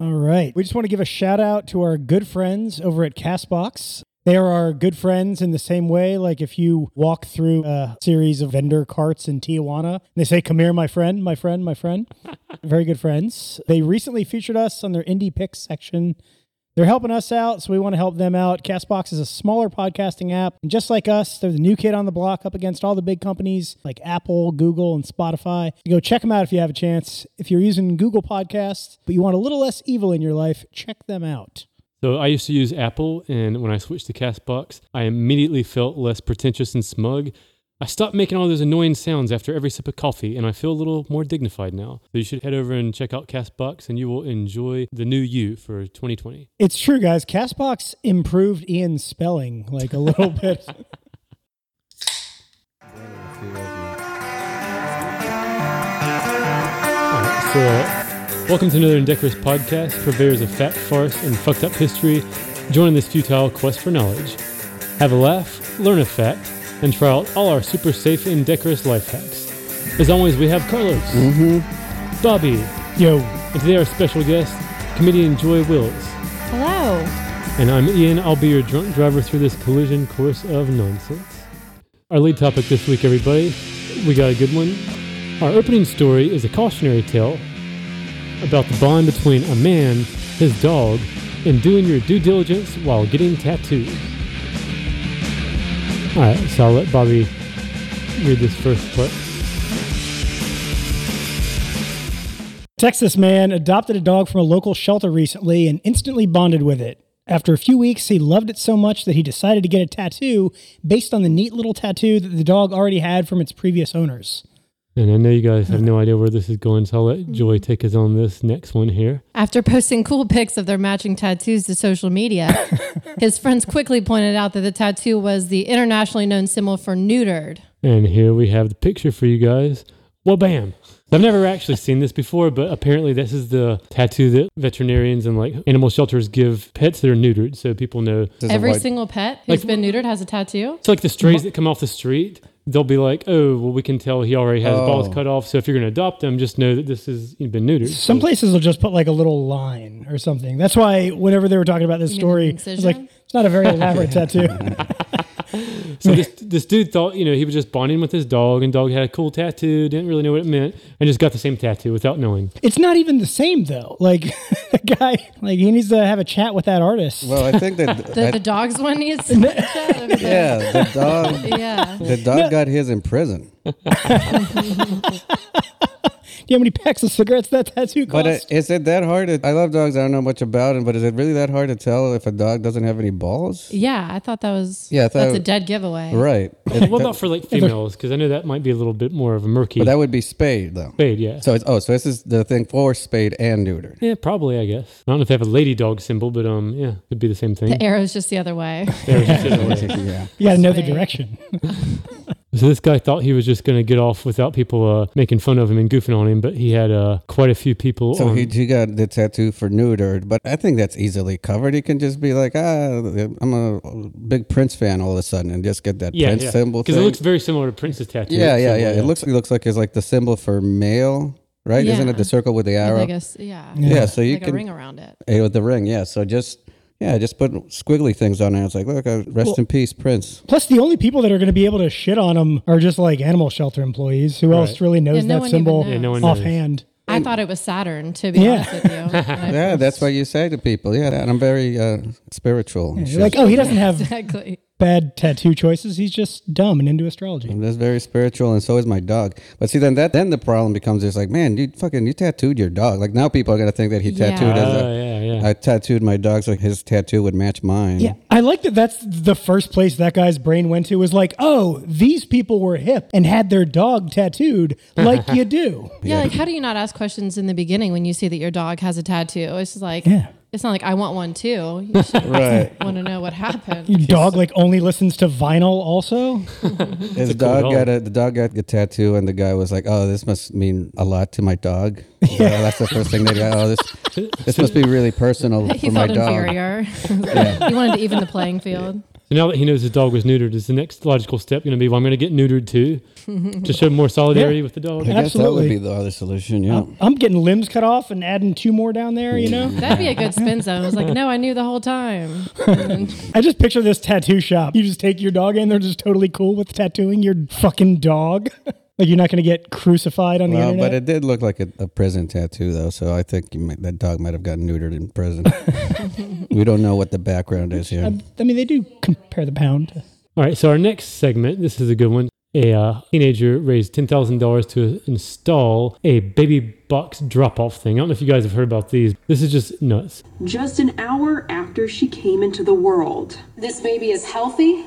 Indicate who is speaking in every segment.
Speaker 1: All right. We just want to give a shout out to our good friends over at Castbox. They are our good friends in the same way. Like if you walk through a series of vendor carts in Tijuana, they say, Come here, my friend, my friend, my friend. Very good friends. They recently featured us on their indie picks section. They're helping us out, so we want to help them out. Castbox is a smaller podcasting app, and just like us, they're the new kid on the block up against all the big companies like Apple, Google, and Spotify. So go check them out if you have a chance. If you're using Google Podcasts, but you want a little less evil in your life, check them out.
Speaker 2: So I used to use Apple, and when I switched to Castbox, I immediately felt less pretentious and smug. I stopped making all those annoying sounds after every sip of coffee, and I feel a little more dignified now. So you should head over and check out Castbox, and you will enjoy the new you for 2020.
Speaker 1: It's true, guys. Castbox improved Ian's spelling like a little bit.
Speaker 2: All right, so welcome to another Indecorous podcast, purveyors of fat farce and fucked up history. Join this futile quest for knowledge. Have a laugh, learn a fact, and try out all our super safe and decorous life hacks. As always, we have Carlos, Bobby,
Speaker 1: Yo,
Speaker 2: and today our special guest, comedian Joy Wills.
Speaker 3: Hello.
Speaker 2: And I'm Ian. I'll be your drunk driver through this collision course of nonsense. Our lead topic this week, everybody, we got a good one. Our opening story is a cautionary tale about the bond between a man, his dog, and doing your due diligence while getting tattoos. All right, so I'll let Bobby read this first part.
Speaker 1: Texas man adopted a dog from a local shelter recently and instantly bonded with it. After a few weeks, he loved it so much that he decided to get a tattoo based on the neat little tattoo that the dog already had from its previous owners.
Speaker 2: And I know you guys have no idea where this is going, so I'll let Joy take us on this next one here.
Speaker 3: After posting cool pics of their matching tattoos to social media, his friends quickly pointed out that the tattoo was the internationally known symbol for neutered.
Speaker 2: And here we have the picture for you guys. Well, bam. I've never actually seen this before, but apparently this is the tattoo that veterinarians and like animal shelters give pets that are neutered, so people know.
Speaker 4: There's a
Speaker 3: Every
Speaker 4: wide-
Speaker 3: single pet who's
Speaker 2: Like-
Speaker 3: been neutered has a tattoo.
Speaker 2: It's like the strays that come off the street. They'll be like, "Oh, well, we can tell he already has
Speaker 4: Oh.
Speaker 2: balls cut off. So if you're going to adopt them, just know that this has been neutered."
Speaker 1: Some places will just put like a little line or something. That's why whenever they were talking about this
Speaker 3: mean
Speaker 1: story,
Speaker 3: an
Speaker 1: it's like
Speaker 3: incision?
Speaker 1: it's not a very elaborate tattoo.
Speaker 2: So this this dude thought, you know, he was just bonding with his dog, and dog had a cool tattoo, didn't really know what it meant, and just got the same tattoo without knowing.
Speaker 1: It's not even the same though. Like the guy, like he needs to have a chat with that artist.
Speaker 4: Well, I think that
Speaker 3: The,
Speaker 4: I-
Speaker 3: the dog's one needs to match up.
Speaker 4: yeah, the dog
Speaker 3: Yeah.
Speaker 4: the dog got his in prison.
Speaker 1: Do you have any packs of cigarettes that tattoo cost?
Speaker 4: But uh, is it that hard? To, I love dogs. I don't know much about them, but is it really that hard to tell if a dog doesn't have any balls?
Speaker 3: Yeah, I thought that was
Speaker 4: Yeah, I thought-
Speaker 3: that's a dead giveaway.
Speaker 4: Right. It-
Speaker 2: What about for like females? Because I know that might be a little bit more of a murky.
Speaker 4: but that would be spayed though.
Speaker 2: Spade, yeah.
Speaker 4: So it's oh, so this is the thing for spayed and neutered.
Speaker 2: Yeah, probably, I guess. I don't know if they have a lady dog symbol, but um, yeah, it'd be the same thing.
Speaker 3: The arrow's just the other way.
Speaker 2: There's just another way.
Speaker 4: yeah.
Speaker 1: you got to know the
Speaker 3: Right.
Speaker 1: direction.
Speaker 2: so this guy thought he was just going to get off without people uh, making fun of him and goofing on him, but he had uh, quite a few people.
Speaker 4: So
Speaker 2: on-
Speaker 4: he, he got the tattoo for neutered, but I think that's easily covered. He can just be like, ah, I'm a big Prince fan all of a sudden, and just get that
Speaker 2: yeah,
Speaker 4: Prince symbol.
Speaker 2: because it
Speaker 4: thing.
Speaker 2: looks very similar to Prince's tattoo.
Speaker 4: Yeah, yeah,
Speaker 2: symbol,
Speaker 4: yeah. It looks it looks like it's like the symbol for male, right? Isn't
Speaker 3: Yeah.
Speaker 4: it the circle with the
Speaker 3: I
Speaker 4: arrow?
Speaker 3: think it's- yeah.
Speaker 4: Yeah, so you
Speaker 3: Like a
Speaker 4: can
Speaker 3: ring around it.
Speaker 4: eh, with the ring. Yeah, so just yeah, just put squiggly things on it. It's like, look, uh, rest in peace, Prince.
Speaker 1: Plus, the only people that are going to be able to shit on him are just like animal shelter employees. Who else really knows
Speaker 3: Yeah, no
Speaker 1: that
Speaker 3: one
Speaker 1: symbol
Speaker 3: even knows. Yeah,
Speaker 2: no one knows.
Speaker 1: offhand?
Speaker 3: I thought it was Saturn, to be
Speaker 1: Yeah.
Speaker 3: honest with you.
Speaker 4: Yeah, that's what you say to people. Yeah, and I'm very uh, spiritual. and
Speaker 1: You're
Speaker 4: shit.
Speaker 1: like, oh, he doesn't have
Speaker 3: exactly.
Speaker 1: bad tattoo choices. He's just dumb and into astrology.
Speaker 4: That's very spiritual, and so is my dog. But see, then that then the problem becomes just like, man, you fucking you tattooed your dog. Like now people are gonna think that he
Speaker 3: Yeah.
Speaker 4: tattooed.
Speaker 2: Ah,
Speaker 4: As a,
Speaker 2: yeah, yeah.
Speaker 4: I tattooed my dog, so his tattoo would match mine.
Speaker 1: Yeah, I like that. That's the first place that guy's brain went to was like, oh, these people were hip and had their dog tattooed like you do.
Speaker 3: Yeah, like how do you not ask questions in the beginning when you see that your dog has a tattoo? It's just like
Speaker 1: Yeah.
Speaker 3: it's not like I want one too. You should
Speaker 4: Right.
Speaker 3: want to know what happened.
Speaker 1: Your dog like only listens to vinyl. Also,
Speaker 4: His
Speaker 2: cool
Speaker 4: dog
Speaker 2: dog.
Speaker 4: got a the dog got a tattoo, and the guy was like, "Oh, this must mean a lot to my dog." So that's the first thing they got. Oh, this this must be really personal
Speaker 3: He
Speaker 4: for my
Speaker 3: felt
Speaker 4: dog.
Speaker 3: inferior. he wanted to even the playing field.
Speaker 2: So now that he knows his dog was neutered, is the next logical step going to be, well, I'm going to get neutered too to show more solidarity
Speaker 1: Yeah.
Speaker 2: with the dog?
Speaker 4: I guess that would
Speaker 1: Absolutely.
Speaker 4: be the other solution. Yeah.
Speaker 1: I'm getting limbs cut off and adding two more down there, you know?
Speaker 3: That'd be a good spin zone. I was like, no, I knew the whole time.
Speaker 1: I just picture this tattoo shop. You just take your dog in, they're just totally cool with tattooing your fucking dog. like you're not going to get crucified on the
Speaker 4: Well,
Speaker 1: internet.
Speaker 4: but it did look like a, a prison tattoo, though. So I think you might, that dog might have gotten neutered in prison. we don't know what the background is here.
Speaker 1: I mean, they do compare the pound.
Speaker 2: All right, so our next segment, this is a good one. A uh, teenager raised $10,000 to install a baby box drop off thing. I don't know if you guys have heard about these. This is just nuts.
Speaker 5: just an hour after she came into the world.
Speaker 6: This baby is healthy,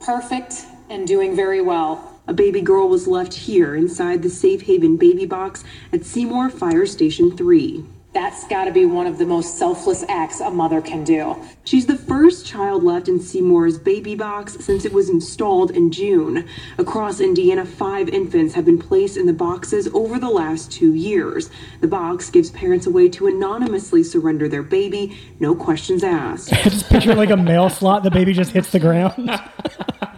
Speaker 6: perfect, and doing very well.
Speaker 5: A baby girl was left here inside the Safe Haven baby box at Seymour Fire Station 3.
Speaker 6: That's got to be one of the most selfless acts a mother can do.
Speaker 5: She's the first child left in Seymour's baby box since it was installed in June. Across Indiana, five infants have been placed in the boxes over the last two years. The box gives parents a way to anonymously surrender their baby, no questions asked.
Speaker 1: I just picture like a mail slot. The baby just hits the ground.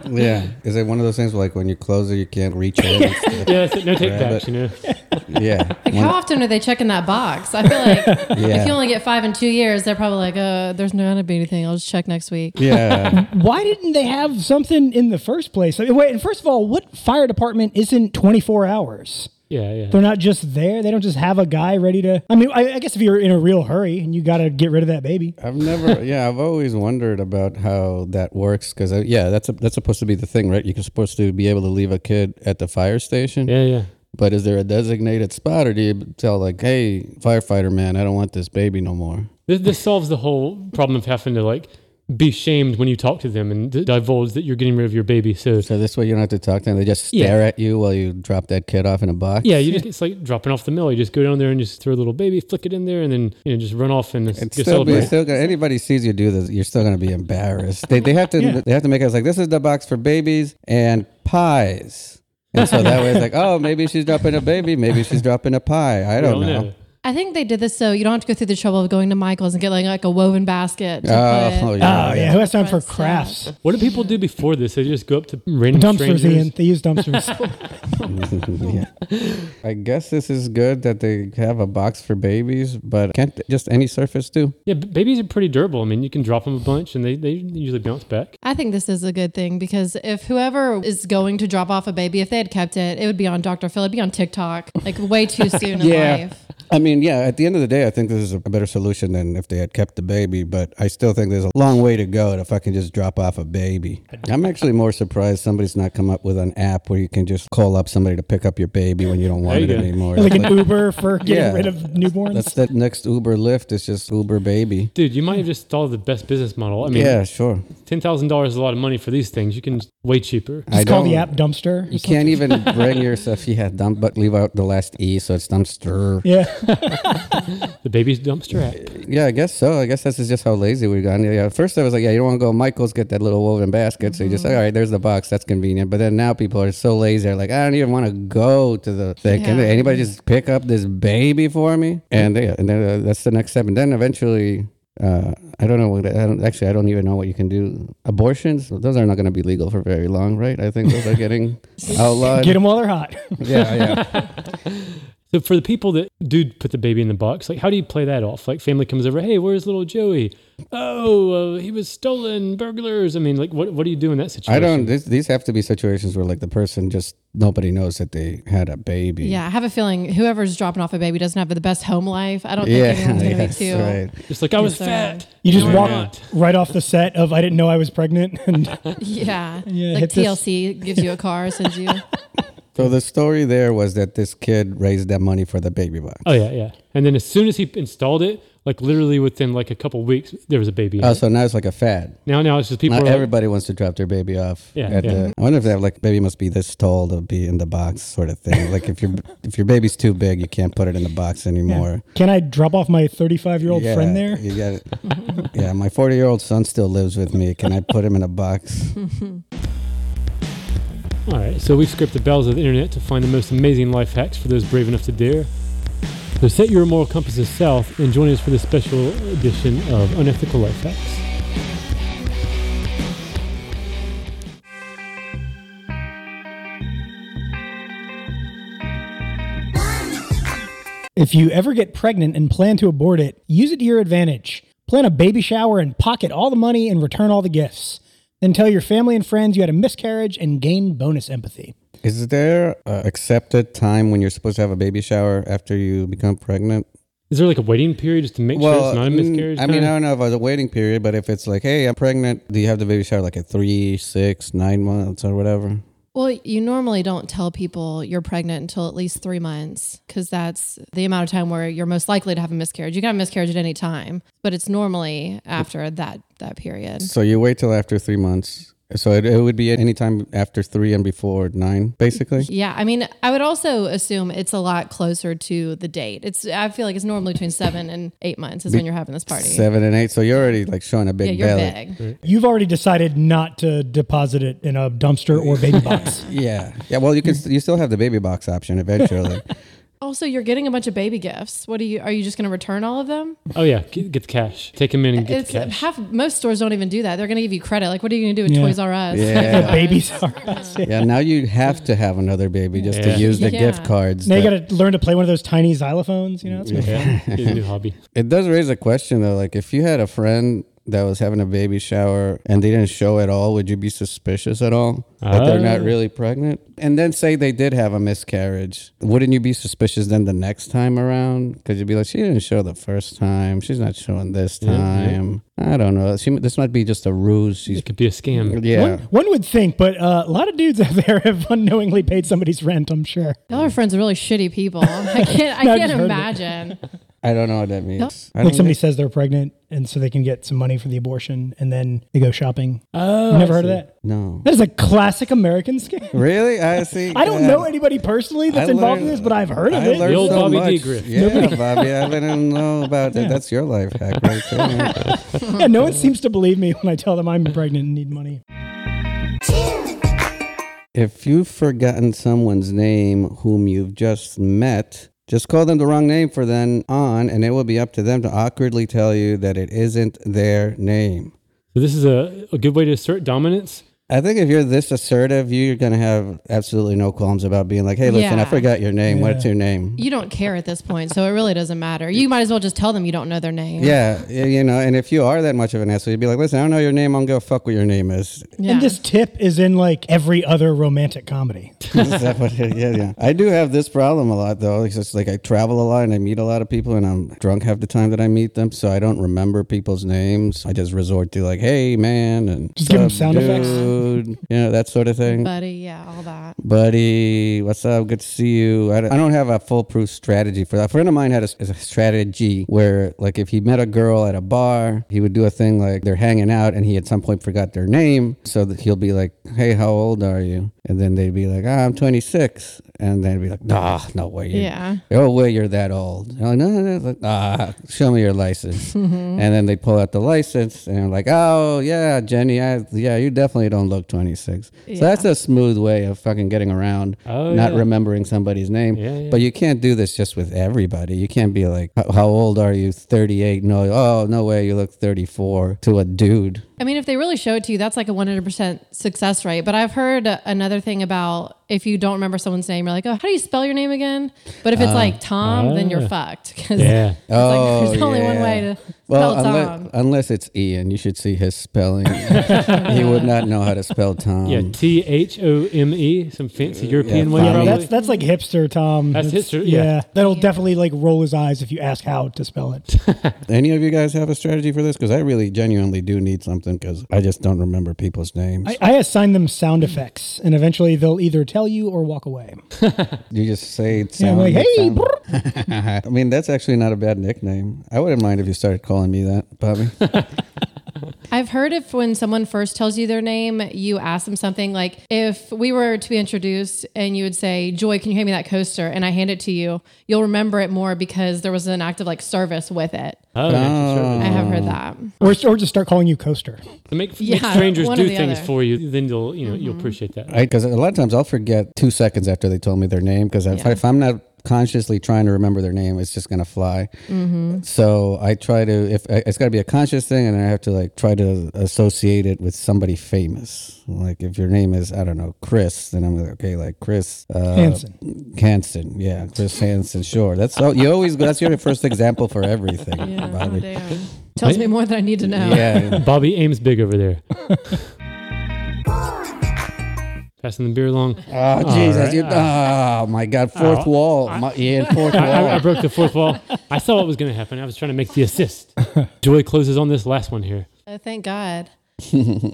Speaker 4: yeah. Is it one of those things where, like when you close it, you can't reach it? and stuff?
Speaker 2: Yeah, so no take
Speaker 4: Grab
Speaker 2: backs,
Speaker 4: it.
Speaker 2: you know.
Speaker 4: yeah.
Speaker 3: Like, how often are they checking that box? I feel like if you only get five in two years, they're probably like, uh, there's not going to be anything. I'll just check next week.
Speaker 4: Yeah.
Speaker 1: Why didn't they have something in the first place? I mean, wait, and first of all, what fire department isn't 24 hours?
Speaker 2: Yeah, yeah.
Speaker 1: They're not just there. They don't just have a guy ready to. I mean, I, I guess if you're in a real hurry and you got to get rid of that baby,
Speaker 4: I've never, yeah, I've always wondered about how that works because, yeah, that's a, that's supposed to be the thing, right? You're supposed to be able to leave a kid at the fire station,
Speaker 2: Yeah, yeah.
Speaker 4: but is there a designated spot, or do you tell like, hey, firefighter man, I don't want this baby no more?
Speaker 2: This, this solves the whole problem of having to like be shamed when you talk to them and d- divulge that you're getting rid of your baby. So,
Speaker 4: So this way you don't have to talk to them; they just stare at you while you drop that kid off in a box.
Speaker 2: yeah, you just it's like dropping off the mill. You just go down there and just throw a little baby, flick it in there, and then you know just run off and
Speaker 4: It's
Speaker 2: just
Speaker 4: still, be,
Speaker 2: celebrate.
Speaker 4: still gonna, anybody sees you do this, you're still gonna be embarrassed. They, they have to they have to make us like this is the box for babies and pies, and so that way it's like oh maybe she's dropping a baby, maybe she's dropping a pie. I
Speaker 2: I
Speaker 4: don't
Speaker 2: don't
Speaker 4: know.
Speaker 2: know.
Speaker 3: I think they did this so you don't have to go through the trouble of going to Michael's and getting like a woven basket. to
Speaker 4: Oh,
Speaker 3: put-
Speaker 4: yeah.
Speaker 1: oh yeah, who has time for crafts?
Speaker 2: What do people do before this? They just go up to random
Speaker 1: Dumpsters,
Speaker 2: strangers.
Speaker 1: Ian. They use dumpsters.
Speaker 4: yeah. I guess this is good that they have a box for babies, but can't just any surface do?
Speaker 2: Yeah, b- babies are pretty durable. I mean, you can drop them a bunch, and they, they usually bounce back.
Speaker 3: I think this is a good thing because if whoever is going to drop off a baby, if they had kept it, it would be on Dr. Phil. It'd be on TikTok, like way too soon in life.
Speaker 4: I mean, yeah, at the end of the day, I think this is a better solution than if they had kept the baby, but I still think there's a long way to go if I can just drop off a baby. I'm actually more surprised somebody's not come up with an app where you can just call up somebody to pick up your baby when you don't want
Speaker 2: There
Speaker 4: it
Speaker 2: you go.
Speaker 4: anymore.
Speaker 1: like
Speaker 4: But
Speaker 1: an Uber for getting
Speaker 4: Yeah.
Speaker 1: rid of newborns.
Speaker 4: that's that next Uber Lyft. It's just Uber baby.
Speaker 2: Dude, you might have just thought of the best business model. I mean,
Speaker 4: Yeah, sure.
Speaker 2: ten thousand dollars is a lot of money for these things. You can way cheaper.
Speaker 4: I
Speaker 1: It's called the
Speaker 4: don't-
Speaker 1: app dumpster.
Speaker 4: You can't even bring yourself. Yeah, dump, but leave out the last E, so it's dumpster.
Speaker 1: Yeah.
Speaker 2: The baby's dumpster app.
Speaker 4: Yeah, I guess so. I guess this is just how lazy we've gotten. Yeah, at first I was like, yeah, you don't want to go to Michael's get that little woven basket, so you just
Speaker 3: Mm-hmm.
Speaker 4: all right, there's the box, that's convenient. But then now people are so lazy, they're like, I don't even want to go to the thing. Can
Speaker 3: Yeah.
Speaker 4: anybody just pick up this baby for me? And they, and then, uh, that's the next step. And then eventually. Uh, I don't know. What, I don't actually. I don't even know what you can do. Abortions; those are not going to be legal for very long, right? I think those are getting outlawed.
Speaker 1: Get them while they're hot.
Speaker 4: Yeah, yeah.
Speaker 2: So for the people that do put the baby in the box, like how do you play that off? Like family comes over, hey, where's little Joey? Oh, uh, he was stolen, burglars. I mean, like what what do you do in that situation?
Speaker 4: I don't. This, these have to be situations where like the person just nobody knows that they had a baby.
Speaker 3: Yeah, I have a feeling whoever's dropping off a baby doesn't have the best home life. I don't think anyone's going to
Speaker 4: yes,
Speaker 3: be too.
Speaker 4: right.
Speaker 2: Just like I was
Speaker 3: Yes, I am.
Speaker 2: fat.
Speaker 1: You just
Speaker 2: No, I'm
Speaker 1: walk
Speaker 2: not.
Speaker 1: right off the set of I didn't know I was pregnant. And
Speaker 3: Yeah.
Speaker 1: hit
Speaker 3: like
Speaker 1: this-
Speaker 3: TLC gives you a car, sends you.
Speaker 4: So the story there was that this kid raised that money for the baby box.
Speaker 2: Oh yeah, yeah. And then as soon as he installed it, like literally within like a couple weeks, there was a baby. in
Speaker 4: Oh,
Speaker 2: it.
Speaker 4: so now it's like a fad.
Speaker 2: Now now it's just people.
Speaker 4: Now
Speaker 2: Are like,
Speaker 4: everybody wants to drop their baby off.
Speaker 2: Yeah,
Speaker 4: at
Speaker 2: yeah.
Speaker 4: The, I wonder if they have like baby must be this tall to be in the box sort of thing. like if your if your baby's too big, you can't put it in the box anymore.
Speaker 1: can I drop off my 35 year old
Speaker 4: Yeah,
Speaker 1: friend there?
Speaker 4: You got it. yeah, my 40 year old son still lives with me. Can I put him in a box?
Speaker 2: All right, so we've scraped the bowels of the internet to find the most amazing life hacks for those brave enough to dare. So set your moral compasses south and join us for this special edition of Unethical Life Hacks.
Speaker 1: If you ever get pregnant and plan to abort it, use it to your advantage. Plan a baby shower and pocket all the money and return all the gifts. Then tell your family and friends you had a miscarriage and gain bonus empathy.
Speaker 4: Is there uh, accepted time when you're supposed to have a baby shower after you become pregnant?
Speaker 2: Is there like a waiting period just to make sure it's not a
Speaker 4: mm,
Speaker 2: miscarriage?
Speaker 4: I mean, I
Speaker 2: kinda?
Speaker 4: don't know if it's a waiting period, but if it's like, hey, I'm pregnant, do you have the baby shower like at three, six, nine months or whatever?
Speaker 3: Well, you normally don't tell people you're pregnant until at least three months because that's the amount of time where you're most likely to have a miscarriage. You can have a miscarriage at any time, but it's normally after that that period.
Speaker 4: So you wait till after three months. So it, it would be any time after three and before nine, basically.
Speaker 3: Yeah, I mean, I would also assume it's a lot closer to the date. It's I feel like it's normally between seven and eight months is when you're having this party.
Speaker 4: Seven and eight. So you're already like showing a
Speaker 3: yeah,
Speaker 4: big
Speaker 3: you're
Speaker 4: belly.
Speaker 3: big.
Speaker 1: You've already decided not to deposit it in a dumpster or baby box.
Speaker 4: Yeah. Yeah. Well, you can you still have the baby box option eventually.
Speaker 3: Also, you're getting a bunch of baby gifts. What are you? Are you just going to return all of them?
Speaker 2: Oh yeah, get, get the cash. Take him in and get
Speaker 3: It's uh,
Speaker 2: the cash.
Speaker 3: half. Most stores don't even do that. They're going to give you credit. Like, what are you going to do with
Speaker 1: Yeah.
Speaker 3: Toys R Us?
Speaker 4: Yeah.
Speaker 1: The babies are. us. Yeah.
Speaker 4: yeah. Now you have to have another baby just
Speaker 2: Yeah.
Speaker 4: to use the gift
Speaker 3: Yeah.
Speaker 4: cards.
Speaker 1: Now you
Speaker 4: that-
Speaker 1: got to learn to play one of those tiny xylophones. You know, it's gonna-
Speaker 2: yeah, get a new hobby.
Speaker 4: It does raise a question though. Like, if you had a friend that was having a baby shower and they didn't show at all, would you be suspicious at all that they're not
Speaker 2: Ah.
Speaker 4: really pregnant? And then say they did have a miscarriage, wouldn't you be suspicious then the next time around? Because you'd be like, she didn't show the first time. She's not showing this
Speaker 2: Yeah, yeah.
Speaker 4: time. I don't know. She, this might be just a ruse. She's
Speaker 2: It could be a scam.
Speaker 4: yeah.
Speaker 1: One, one would think, but uh, a lot of dudes out there have unknowingly paid somebody's rent. I'm sure.
Speaker 3: Y'all are friends with really shitty people. I can't. I
Speaker 1: No, I
Speaker 3: can't
Speaker 1: just heard it.
Speaker 3: imagine.
Speaker 4: I don't know what that means. I
Speaker 1: Like
Speaker 4: don't
Speaker 1: somebody says they're pregnant, and so they can get some money for the abortion, and then they go shopping.
Speaker 2: Oh,
Speaker 1: You never heard of that?
Speaker 4: know.
Speaker 1: That is a classic American scam.
Speaker 4: e-, Really? I see.
Speaker 1: I don't
Speaker 4: Yeah.
Speaker 1: know anybody personally that's
Speaker 4: I
Speaker 1: involved in
Speaker 4: learned-
Speaker 1: this, but I've heard of
Speaker 4: I
Speaker 1: it.
Speaker 4: learned
Speaker 2: The old
Speaker 4: so
Speaker 2: Bobby D.
Speaker 4: much.
Speaker 2: Grift.
Speaker 4: Yeah, Bobby. I didn't know about that. That's your life hack right there.
Speaker 1: Yeah, no one seems to believe me when I tell them I'm pregnant and need money.
Speaker 4: If you've forgotten someone's name whom you've just met, just call them the wrong name for then on, and it will be up to them to awkwardly tell you that it isn't their name.
Speaker 2: So this is a, a good way to assert dominance.
Speaker 4: I think if you're this assertive, you're going to have absolutely no qualms about being like, hey, listen, I
Speaker 3: Yeah.
Speaker 4: forgot your name. What's your name?
Speaker 3: You don't care at this point, so it really doesn't matter. You might as well just tell them you don't know their name.
Speaker 4: Yeah, y- you know, and if you are that much of an asshole, you'd be like, listen, I don't know your name. I'm going to fuck what your name is.
Speaker 3: Yeah.
Speaker 1: And this tip is in like every other romantic comedy.
Speaker 4: Is that what it- yeah, yeah. I do have this problem a lot though. It's just like I travel a lot and I meet a lot of people and I'm drunk half the time that I meet them, so I don't remember people's names. I just resort to like, hey man, and
Speaker 1: Just give 'em
Speaker 4: "Sup,
Speaker 1: sound effects.
Speaker 4: dude," you know that sort of thing.
Speaker 3: buddy. Yeah, all that.
Speaker 4: Buddy, what's up? Good to see you. I don't, I don't have a foolproof strategy for that. A friend of mine had a, a strategy where, like, if he met a girl at a bar, he would do a thing like they're hanging out and he at some point forgot their name. So that he'll be like, hey, how old are you? And then they'd be like, ah, I'm 26. And they'd be like, nah, no way. you-
Speaker 3: Yeah.
Speaker 4: Oh, way you're that old. And I'm like, no, no, no. Like, ah, show me your license.
Speaker 3: Mm-hmm.
Speaker 4: And then they pull out the license and they're like, oh, yeah, Jenny, I, yeah, you definitely don't look 26. So that's a smooth way of fucking getting around,
Speaker 2: Oh,
Speaker 4: not
Speaker 2: yeah.
Speaker 4: remembering somebody's name.
Speaker 2: Yeah, yeah.
Speaker 4: But you can't do this just with everybody. You can't be like, "How- how old are you? 38. No, oh, no way, you look 34 to a dude.
Speaker 3: I mean, if they really show it to you, that's like a 100% success rate. But I've heard another thing about if you don't remember someone's name, you're like, oh, how do you spell your name again? But if it's like Tom, then you're fucked. 'Cause
Speaker 2: Yeah.
Speaker 3: it's like, there's only one
Speaker 4: Oh, yeah.
Speaker 3: way to
Speaker 4: Well,
Speaker 3: spell
Speaker 4: unle-
Speaker 3: Tom.
Speaker 4: unless, it's Ian, you should see his spelling. he would not know how to spell Tom.
Speaker 2: Yeah, T H O M E, some fancy European way
Speaker 4: Um, Yeah,
Speaker 1: Yeah,
Speaker 2: probably.
Speaker 1: that's that's like hipster Tom.
Speaker 2: That's hipster, yeah.
Speaker 1: that'll definitely like roll his eyes if you ask how to spell it.
Speaker 4: Any of you guys have a strategy for this? Because I really genuinely do need something because I just don't remember people's names.
Speaker 1: I, I assign them sound effects, and eventually they'll either tell you or walk away.
Speaker 4: you just say it
Speaker 1: Yeah, I'm
Speaker 4: sound,
Speaker 1: like, hey,
Speaker 4: sound-
Speaker 1: brr.
Speaker 4: uh-huh. I mean, that's actually not a bad nickname. I wouldn't mind if you started calling me that, Bobby.
Speaker 3: I've heard if when someone first tells you their name, you ask them something like, if we were to be introduced and you would say, Joy, can you hand me that coaster? And I hand it to you, you'll remember it more because there was an act of like service with it.
Speaker 2: oh, yeah, sure.
Speaker 3: I have heard that.
Speaker 1: or or just start calling you coaster.
Speaker 2: To make, make
Speaker 3: Yeah,
Speaker 2: strangers
Speaker 3: one or
Speaker 2: do
Speaker 3: the
Speaker 2: things
Speaker 3: other. Mm-hmm.
Speaker 2: for you, then you'll you know you'll appreciate that.
Speaker 4: Because a lot of times I'll forget two seconds after they told me their name because if, if I'm not consciously trying to remember their name, it's just gonna fly. So I try to if I- it's got to be a conscious thing, and I have to like try to associate it with somebody famous. Like if your name is I don't know Chris, then I'm like okay, like Chris uh,
Speaker 1: Hansen.
Speaker 4: Hansen, yeah, Chris Hansen. Sure, that's all, you always that's your first example for everything.
Speaker 3: Yeah.
Speaker 4: Bobby.
Speaker 3: oh, damn. Tells me more than I need to know.
Speaker 4: yeah.
Speaker 2: Bobby aims big over there. Passing the beer along.
Speaker 4: Oh Jesus!
Speaker 2: right.
Speaker 4: you, oh my God! Fourth
Speaker 2: Ow.
Speaker 4: wall, my, yeah, fourth
Speaker 2: I, I- I
Speaker 4: wall.
Speaker 2: broke the fourth wall. I saw what was going to happen. I was trying to make the assist. Joy closes on this last one here.
Speaker 3: Oh, thank God.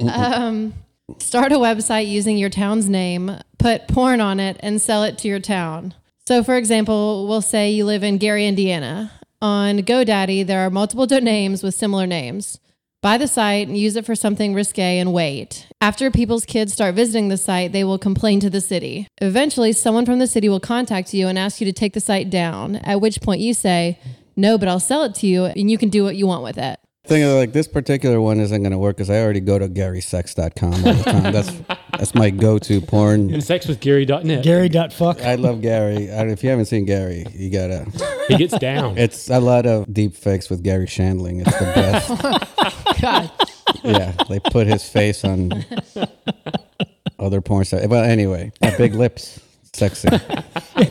Speaker 3: um, start a website using your town's name, put porn on it, and sell it to your town. So, for example, we'll say you live in Gary, Indiana. On GoDaddy, there are multiple domains with similar names. Buy the site and use it for something risque and wait. After people's kids start visiting the site, they will complain to the city. Eventually, someone from the city will contact you and ask you to take the site down, at which point you say, No, but I'll sell it to you and you can do what you want with it.
Speaker 4: Thing is, like this particular one isn't going to work because I already go to GarySex.com all the time. That's that's my go-to porn.
Speaker 2: And sex with Gary.net.
Speaker 1: Gary dot fuck.
Speaker 4: I love Gary. I, if you haven't seen Gary, you gotta.
Speaker 2: He gets down.
Speaker 4: It's a lot of deep fakes with Gary Shandling. It's the best.
Speaker 3: God.
Speaker 4: yeah, they put his face on other porn stars. Well, anyway, uh, big lips, sexy.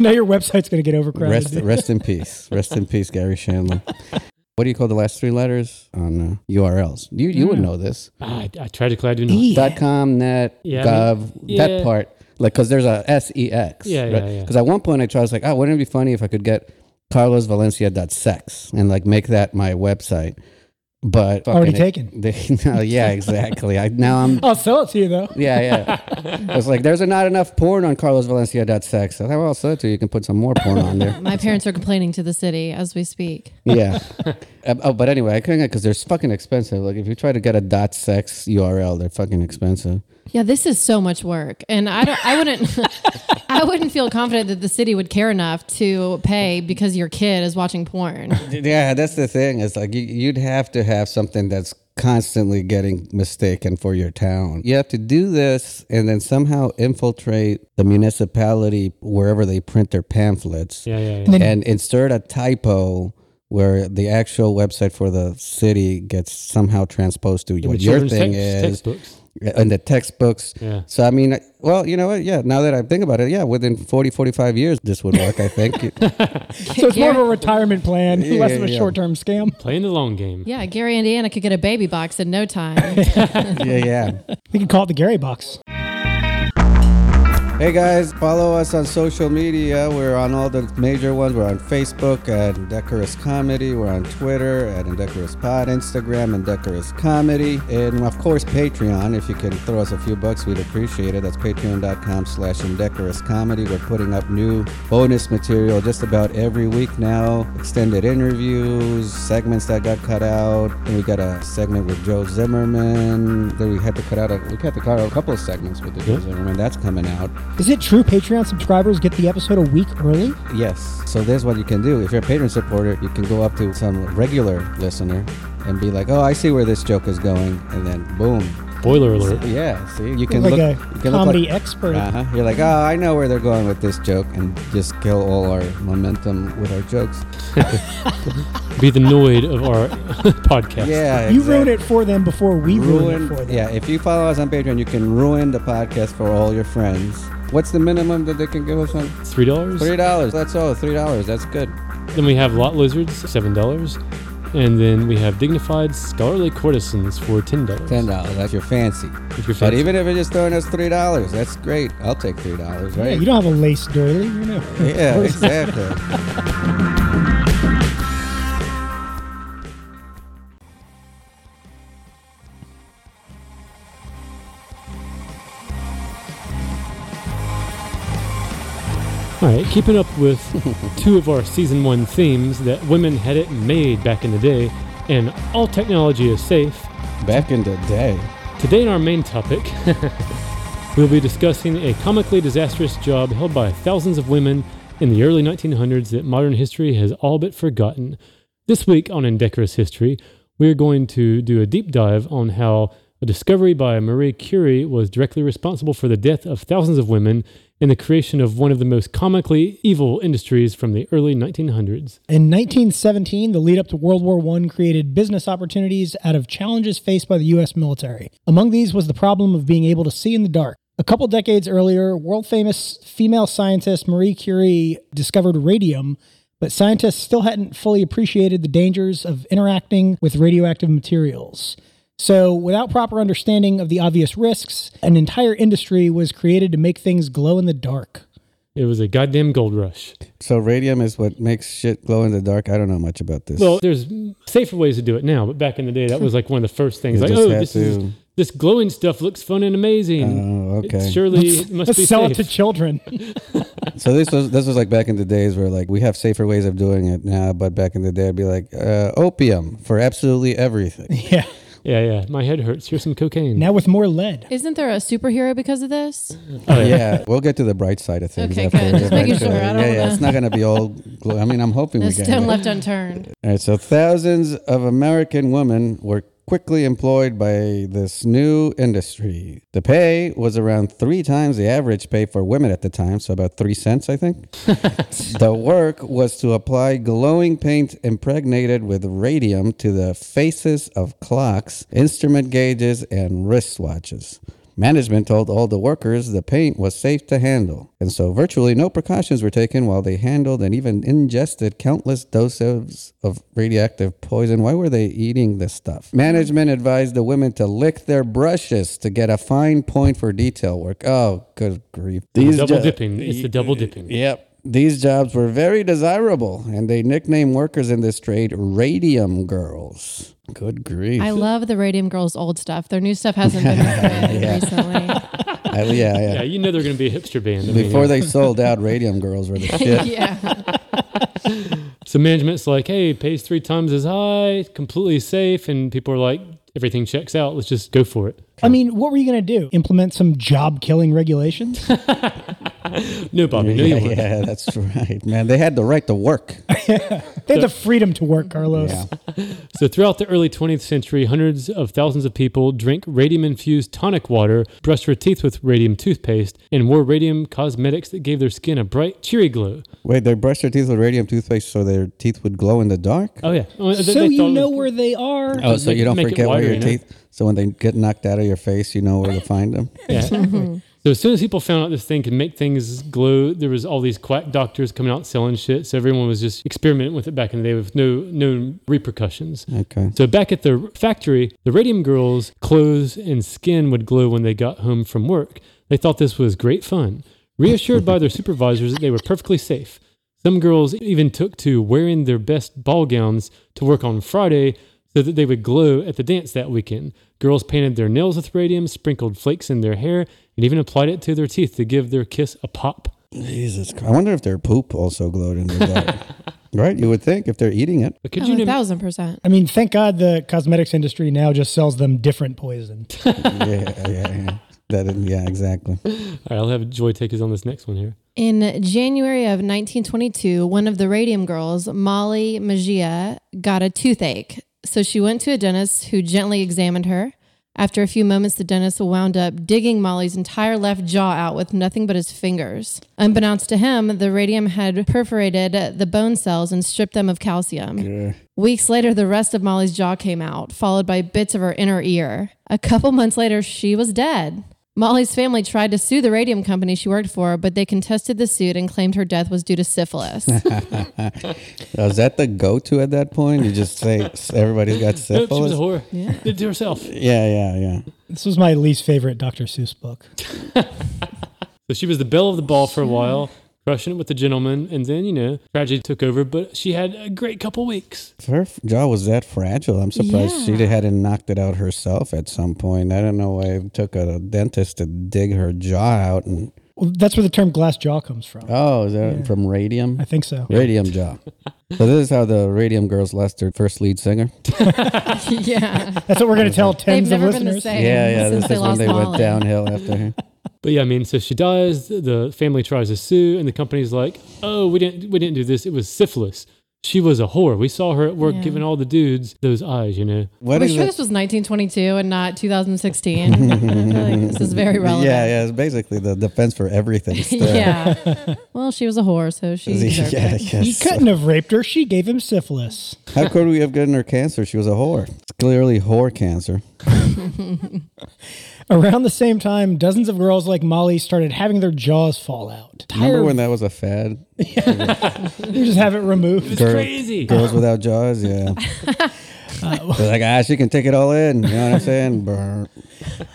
Speaker 1: now your website's gonna get overcrowded.
Speaker 4: Rest, rest in peace. Rest in peace, Gary Shandling. What do you call the last three letters on uh, URLs? You you would know this.
Speaker 2: Ah, I, I tragically I do not.
Speaker 4: Dot com, net,
Speaker 2: Yeah, I
Speaker 4: gov,
Speaker 2: mean, yeah.
Speaker 4: that part. Like, because there's a S E X.
Speaker 2: Yeah, yeah, yeah.
Speaker 4: Because at one point I tried, I was like, oh, wouldn't it be funny if I could get carlosvalencia.sex and like make that my website? But
Speaker 1: Already
Speaker 4: fucking it- They, no, yeah, exactly. I, now I'm.
Speaker 1: I'll sell it to you though.
Speaker 4: Yeah, yeah. I was like, there's not enough porn on carlosvalencia.sex. I thought, well, I'll sell it to you. You can put some more porn on there.
Speaker 3: My parents are complaining to the city as we speak.
Speaker 4: yeah. Uh, oh, but anyway, I couldn't get because they're fucking expensive. Like, if you try to get a dot sex URL, they're fucking expensive.
Speaker 3: Yeah, this is so much work, and I don't. I wouldn't. I wouldn't feel confident that the city would care enough to pay because your kid is watching porn.
Speaker 4: Yeah, that's the thing. It's like you, you'd have to have something that's constantly getting mistaken for your town. You have to do this and then somehow infiltrate the municipality wherever they print their pamphlets
Speaker 2: Yeah, yeah, yeah.
Speaker 1: And then
Speaker 4: and insert a typo where the actual website for the city gets somehow transposed to what your
Speaker 2: children's
Speaker 4: thing
Speaker 2: text-
Speaker 4: is
Speaker 2: textbooks.
Speaker 4: and the textbooks.
Speaker 2: Yeah.
Speaker 4: So, I mean, well, you know what? Yeah, now that I think about it, yeah, within 40, 45 years, this would work, I think.
Speaker 1: so it's more of a retirement plan, less of a
Speaker 4: yeah, yeah.
Speaker 1: short-term scam.
Speaker 2: Playing the long game.
Speaker 3: Yeah, Gary, Indiana could get a baby box in no time.
Speaker 4: yeah, yeah.
Speaker 1: We can call it the Gary box.
Speaker 4: Hey guys, follow us on social media. We're on all the major ones. We're on Facebook at Indecorous Comedy. We're on Twitter at Indecorous Pod, Instagram, Indecorous Comedy. And of course, Patreon. If you can throw us a few bucks, we'd appreciate it. That's patreon.com slash Indecorous Comedy. We're putting up new bonus material just about every week now. Extended interviews, segments that got cut out. And we got a segment with Joe Zimmerman. Then we had to cut out a, we had to cut out a couple of segments with the Joe Zimmerman. That's coming out.
Speaker 1: Is it true Patreon subscribers get the episode a week early?
Speaker 4: Yes. So there's what you can do. If you're a patron supporter, you can go up to some regular listener and be like, "Oh, I see where this joke is going," and then boom.
Speaker 2: Boiler alert.
Speaker 4: Yeah. See, you can
Speaker 1: like
Speaker 4: look.
Speaker 1: a
Speaker 4: you can
Speaker 1: comedy
Speaker 4: look like,
Speaker 1: expert.
Speaker 4: Uh-huh. You're like, "Oh, I know where they're going with this joke," and just kill all our momentum with our jokes.
Speaker 2: Be the Noid of our podcast.
Speaker 4: Yeah.
Speaker 1: You
Speaker 4: exactly.
Speaker 1: ruin it for them before we ruin, it for
Speaker 4: Ruin.
Speaker 1: them.
Speaker 4: Yeah. If you follow us on Patreon, you can ruin the podcast for all your friends. What's the minimum that they can give us on?
Speaker 2: Three dollars.
Speaker 4: Three dollars. That's all. Three dollars. That's good.
Speaker 2: Then we have Lot Lizards, seven dollars. And then we have Dignified Scholarly Courtesans for ten dollars.
Speaker 4: Ten dollars. That's your fancy.
Speaker 2: If you're
Speaker 4: But
Speaker 2: fancy.
Speaker 4: even if you're just throwing us three dollars, that's great. I'll take three dollars,
Speaker 1: Yeah,
Speaker 4: right?
Speaker 1: you don't have a lace doily, you know.
Speaker 4: yeah, exactly.
Speaker 2: All right, keeping up with two of our season one themes that women had it made back in the day, and all technology is safe.
Speaker 4: Back in the day,
Speaker 2: Today, in our main topic, we'll be discussing a comically disastrous job held by thousands of women in the early 1900s that modern history has all but forgotten. This week on Indecorous History, we're going to do a deep dive on how a discovery by Marie Curie was directly responsible for the death of thousands of women in the creation of one of the most comically evil industries from the early 1900s.
Speaker 1: In 1917, the lead up to World War I created business opportunities out of challenges faced by the U.S. military. Among these was the problem of being able to see in the dark. A couple decades earlier, world famous female scientist Marie Curie discovered radium, but scientists still hadn't fully appreciated the dangers of interacting with radioactive materials. So, without proper understanding of the obvious risks, an entire industry was created to make things glow in the dark.
Speaker 2: It was a goddamn gold rush.
Speaker 4: So radium is what makes shit glow in the dark. I don't know much about this.
Speaker 2: Well, there's safer ways to do it now, but back in the day, that was like one of the first things.
Speaker 4: You
Speaker 2: like,
Speaker 4: just
Speaker 2: oh,
Speaker 4: had
Speaker 2: this is
Speaker 4: to-
Speaker 2: this glowing stuff looks fun and amazing.
Speaker 4: oh,
Speaker 2: It
Speaker 4: okay.
Speaker 2: surely it must be
Speaker 1: Let's sell
Speaker 2: safe.
Speaker 1: it to children.
Speaker 4: So this was this was like back in the days where like we have safer ways of doing it now, but back in the day, I'd be like uh, opium for absolutely everything.
Speaker 1: yeah.
Speaker 2: yeah, yeah. My head hurts. Here's some cocaine.
Speaker 1: Now with more lead.
Speaker 3: Isn't there a superhero because of this?
Speaker 2: Oh, yeah.
Speaker 4: yeah, we'll get to the bright side of things.
Speaker 3: Okay,
Speaker 4: after
Speaker 3: good. Just making sure. I
Speaker 4: eventually.
Speaker 3: don't
Speaker 4: yeah, yeah,
Speaker 3: wanna-
Speaker 4: it's not gonna be all. Glow. I mean, I'm hoping
Speaker 3: The
Speaker 4: we get.
Speaker 3: stone
Speaker 4: it.
Speaker 3: left unturned.
Speaker 4: All right, so thousands of American women were quickly employed by this new industry. The pay was around three times the average pay for women at the time, so about three cents, I think. the work was to apply glowing paint impregnated with radium to the faces of clocks, instrument gauges, and wristwatches. Management told all the workers the paint was safe to handle, and so virtually no precautions were taken while they handled and even ingested countless doses of radioactive poison. Why were they eating this stuff? Management advised the women to lick their brushes to get a fine point for detail work. Oh, good grief. These
Speaker 2: double
Speaker 4: jo-
Speaker 2: dipping. It's the double dipping.
Speaker 4: Yep. These jobs were very desirable, and they nicknamed workers in this trade radium girls. Good grief.
Speaker 3: I love the Radium Girls old stuff. Their new stuff hasn't been good recently.
Speaker 4: I- yeah, yeah.
Speaker 2: Yeah, you know they're going to be a hipster band. I mean,
Speaker 4: Before
Speaker 2: yeah.
Speaker 4: they sold out, radium girls were the shit.
Speaker 3: Yeah.
Speaker 2: so management's like, hey, pays three times as high, completely safe, and people are like, everything checks out. Let's just go for it.
Speaker 1: I mean, what were you going to do? Implement some job killing regulations?
Speaker 2: No, Bobby, no, you
Speaker 4: Yeah,
Speaker 2: weren't.
Speaker 4: yeah, that's right, man. They had the right to work.
Speaker 1: They had the freedom to work, Carlos.
Speaker 4: Yeah.
Speaker 2: So, throughout the early 20th century, hundreds of thousands of people drank radium infused tonic water, brushed their teeth with radium toothpaste, and wore radium cosmetics that gave their skin a bright, cheery glow.
Speaker 4: Wait, they brushed their teeth with radium toothpaste so their teeth would glow in the dark.
Speaker 2: Oh, yeah. Oh,
Speaker 1: So
Speaker 2: they- they thought
Speaker 1: you
Speaker 2: it
Speaker 1: know
Speaker 2: was-
Speaker 1: where they are.
Speaker 4: Oh, so
Speaker 2: make-
Speaker 4: you don't
Speaker 2: make it
Speaker 4: forget where
Speaker 2: wider,
Speaker 4: your
Speaker 2: you know?
Speaker 4: teeth. So when they get knocked out of your face, you know where to find them.
Speaker 2: Yeah. So, as soon as people found out this thing could make things glow, there was all these quack doctors coming out selling shit. So, everyone was just experimenting with it back in the day with no, no repercussions.
Speaker 4: Okay.
Speaker 2: So back at the factory, the Radium Girls' clothes and skin would glow when they got home from work. They thought this was great fun. Reassured by their supervisors that they were perfectly safe. Some girls even took to wearing their best ball gowns to work on Friday so that they would glow at the dance that weekend. Girls painted their nails with radium, sprinkled flakes in their hair, and even applied it to their teeth to give their kiss a pop.
Speaker 4: Jesus Christ. I wonder if their poop also glowed in the dark. right? You would think if they're eating it.
Speaker 2: But could
Speaker 3: Oh,
Speaker 2: you
Speaker 3: a
Speaker 2: name-
Speaker 3: thousand percent.
Speaker 1: I mean, thank God the cosmetics industry now just sells them different poison.
Speaker 4: Yeah, yeah, yeah. That is- yeah, exactly.
Speaker 2: All right, I'll have Joy take us on this next one here.
Speaker 3: In January of 1922, one of the Radium Girls, Molly Magia, got a toothache. So she went to a dentist who gently examined her. After a few moments, the dentist wound up digging Molly's entire left jaw out with nothing but his fingers. Unbeknownst to him, the radium had perforated the bone cells and stripped them of calcium. Weeks later, the rest of Molly's jaw came out, followed by bits of her inner ear. A couple months later, she was dead. Molly's family tried to sue the radium company she worked for, but they contested the suit and claimed her death was due to syphilis.
Speaker 4: Now, is that the go to at that point? You just say everybody's got
Speaker 2: Nope, Oh, she was a
Speaker 4: syphilis?
Speaker 2: whore. Did it to herself.
Speaker 4: Yeah, yeah, yeah.
Speaker 1: This was my least favorite Dr. Seuss book.
Speaker 2: So she was the belle of the ball for a while, crushing it with the gentleman, and then you know tragedy took over. But she had a great couple weeks.
Speaker 4: If her f- jaw was that fragile, I'm surprised she
Speaker 3: Yeah.
Speaker 4: hadn't knocked it out herself at some point. I don't know why it took a dentist to dig her jaw out. And
Speaker 1: Well, that's where the term glass jaw comes from.
Speaker 4: oh, is that from radium?
Speaker 1: I think so.
Speaker 4: Radium jaw. so this is how the Radium Girls lost their first lead singer.
Speaker 3: yeah.
Speaker 1: That's what we're going to tell
Speaker 3: They've
Speaker 1: tens of
Speaker 3: never been the
Speaker 1: listeners.
Speaker 3: same
Speaker 4: Yeah, yeah.
Speaker 3: since
Speaker 4: This
Speaker 3: they
Speaker 4: is when
Speaker 3: lost
Speaker 4: they
Speaker 3: Molly.
Speaker 4: went downhill after her.
Speaker 2: But yeah, I mean, so she dies. The family tries to sue, and the company's like, "Oh, we didn't, we didn't do this. It was syphilis." She was a whore. We saw her at work
Speaker 3: Yeah.
Speaker 2: giving all the dudes those eyes, you know.
Speaker 4: What
Speaker 3: Are we
Speaker 4: is
Speaker 3: sure
Speaker 4: it?
Speaker 3: this was 1922 and not 2016? I feel like this is very relevant.
Speaker 4: Yeah, yeah. It's basically the defense for everything. Still.
Speaker 3: yeah. Well, she was a whore, so she deserved
Speaker 4: yeah,
Speaker 3: it.
Speaker 1: He
Speaker 4: yes.
Speaker 1: couldn't have raped her. She gave him syphilis.
Speaker 4: How could we have gotten her cancer? She was a whore. It's clearly whore cancer.
Speaker 1: Around the same time, dozens of girls like Molly started having their jaws fall out.
Speaker 4: Remember when that was a fad?
Speaker 1: You just have it removed.
Speaker 4: Girl-
Speaker 2: crazy.
Speaker 4: Girls without jaws, yeah. They're like, ah, she can take it all in. You know what I'm saying? Brr.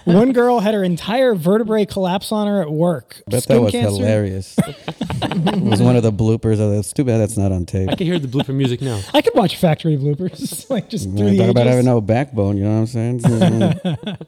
Speaker 1: One girl had her entire vertebrae collapse on her at work.
Speaker 4: Bet that was hilarious. it was one of the bloopers. Of It's too bad that's not on tape.
Speaker 2: I can hear the blooper music now.
Speaker 1: I could watch factory bloopers, like just through
Speaker 4: Man,
Speaker 1: the
Speaker 4: talk about
Speaker 1: ages.
Speaker 4: having no backbone. You know what I'm saying?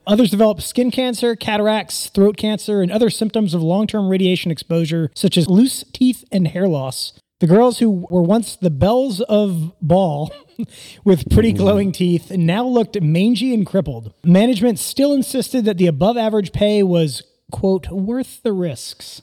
Speaker 1: Others develop skin cancer, cataracts, throat cancer, and other symptoms of long term radiation exposure, such as loose teeth and hair loss. The girls who were once the bells of ball with pretty
Speaker 4: Mm.
Speaker 1: glowing teeth now looked mangy and crippled. Management still insisted that the above average pay was, quote, worth the risks.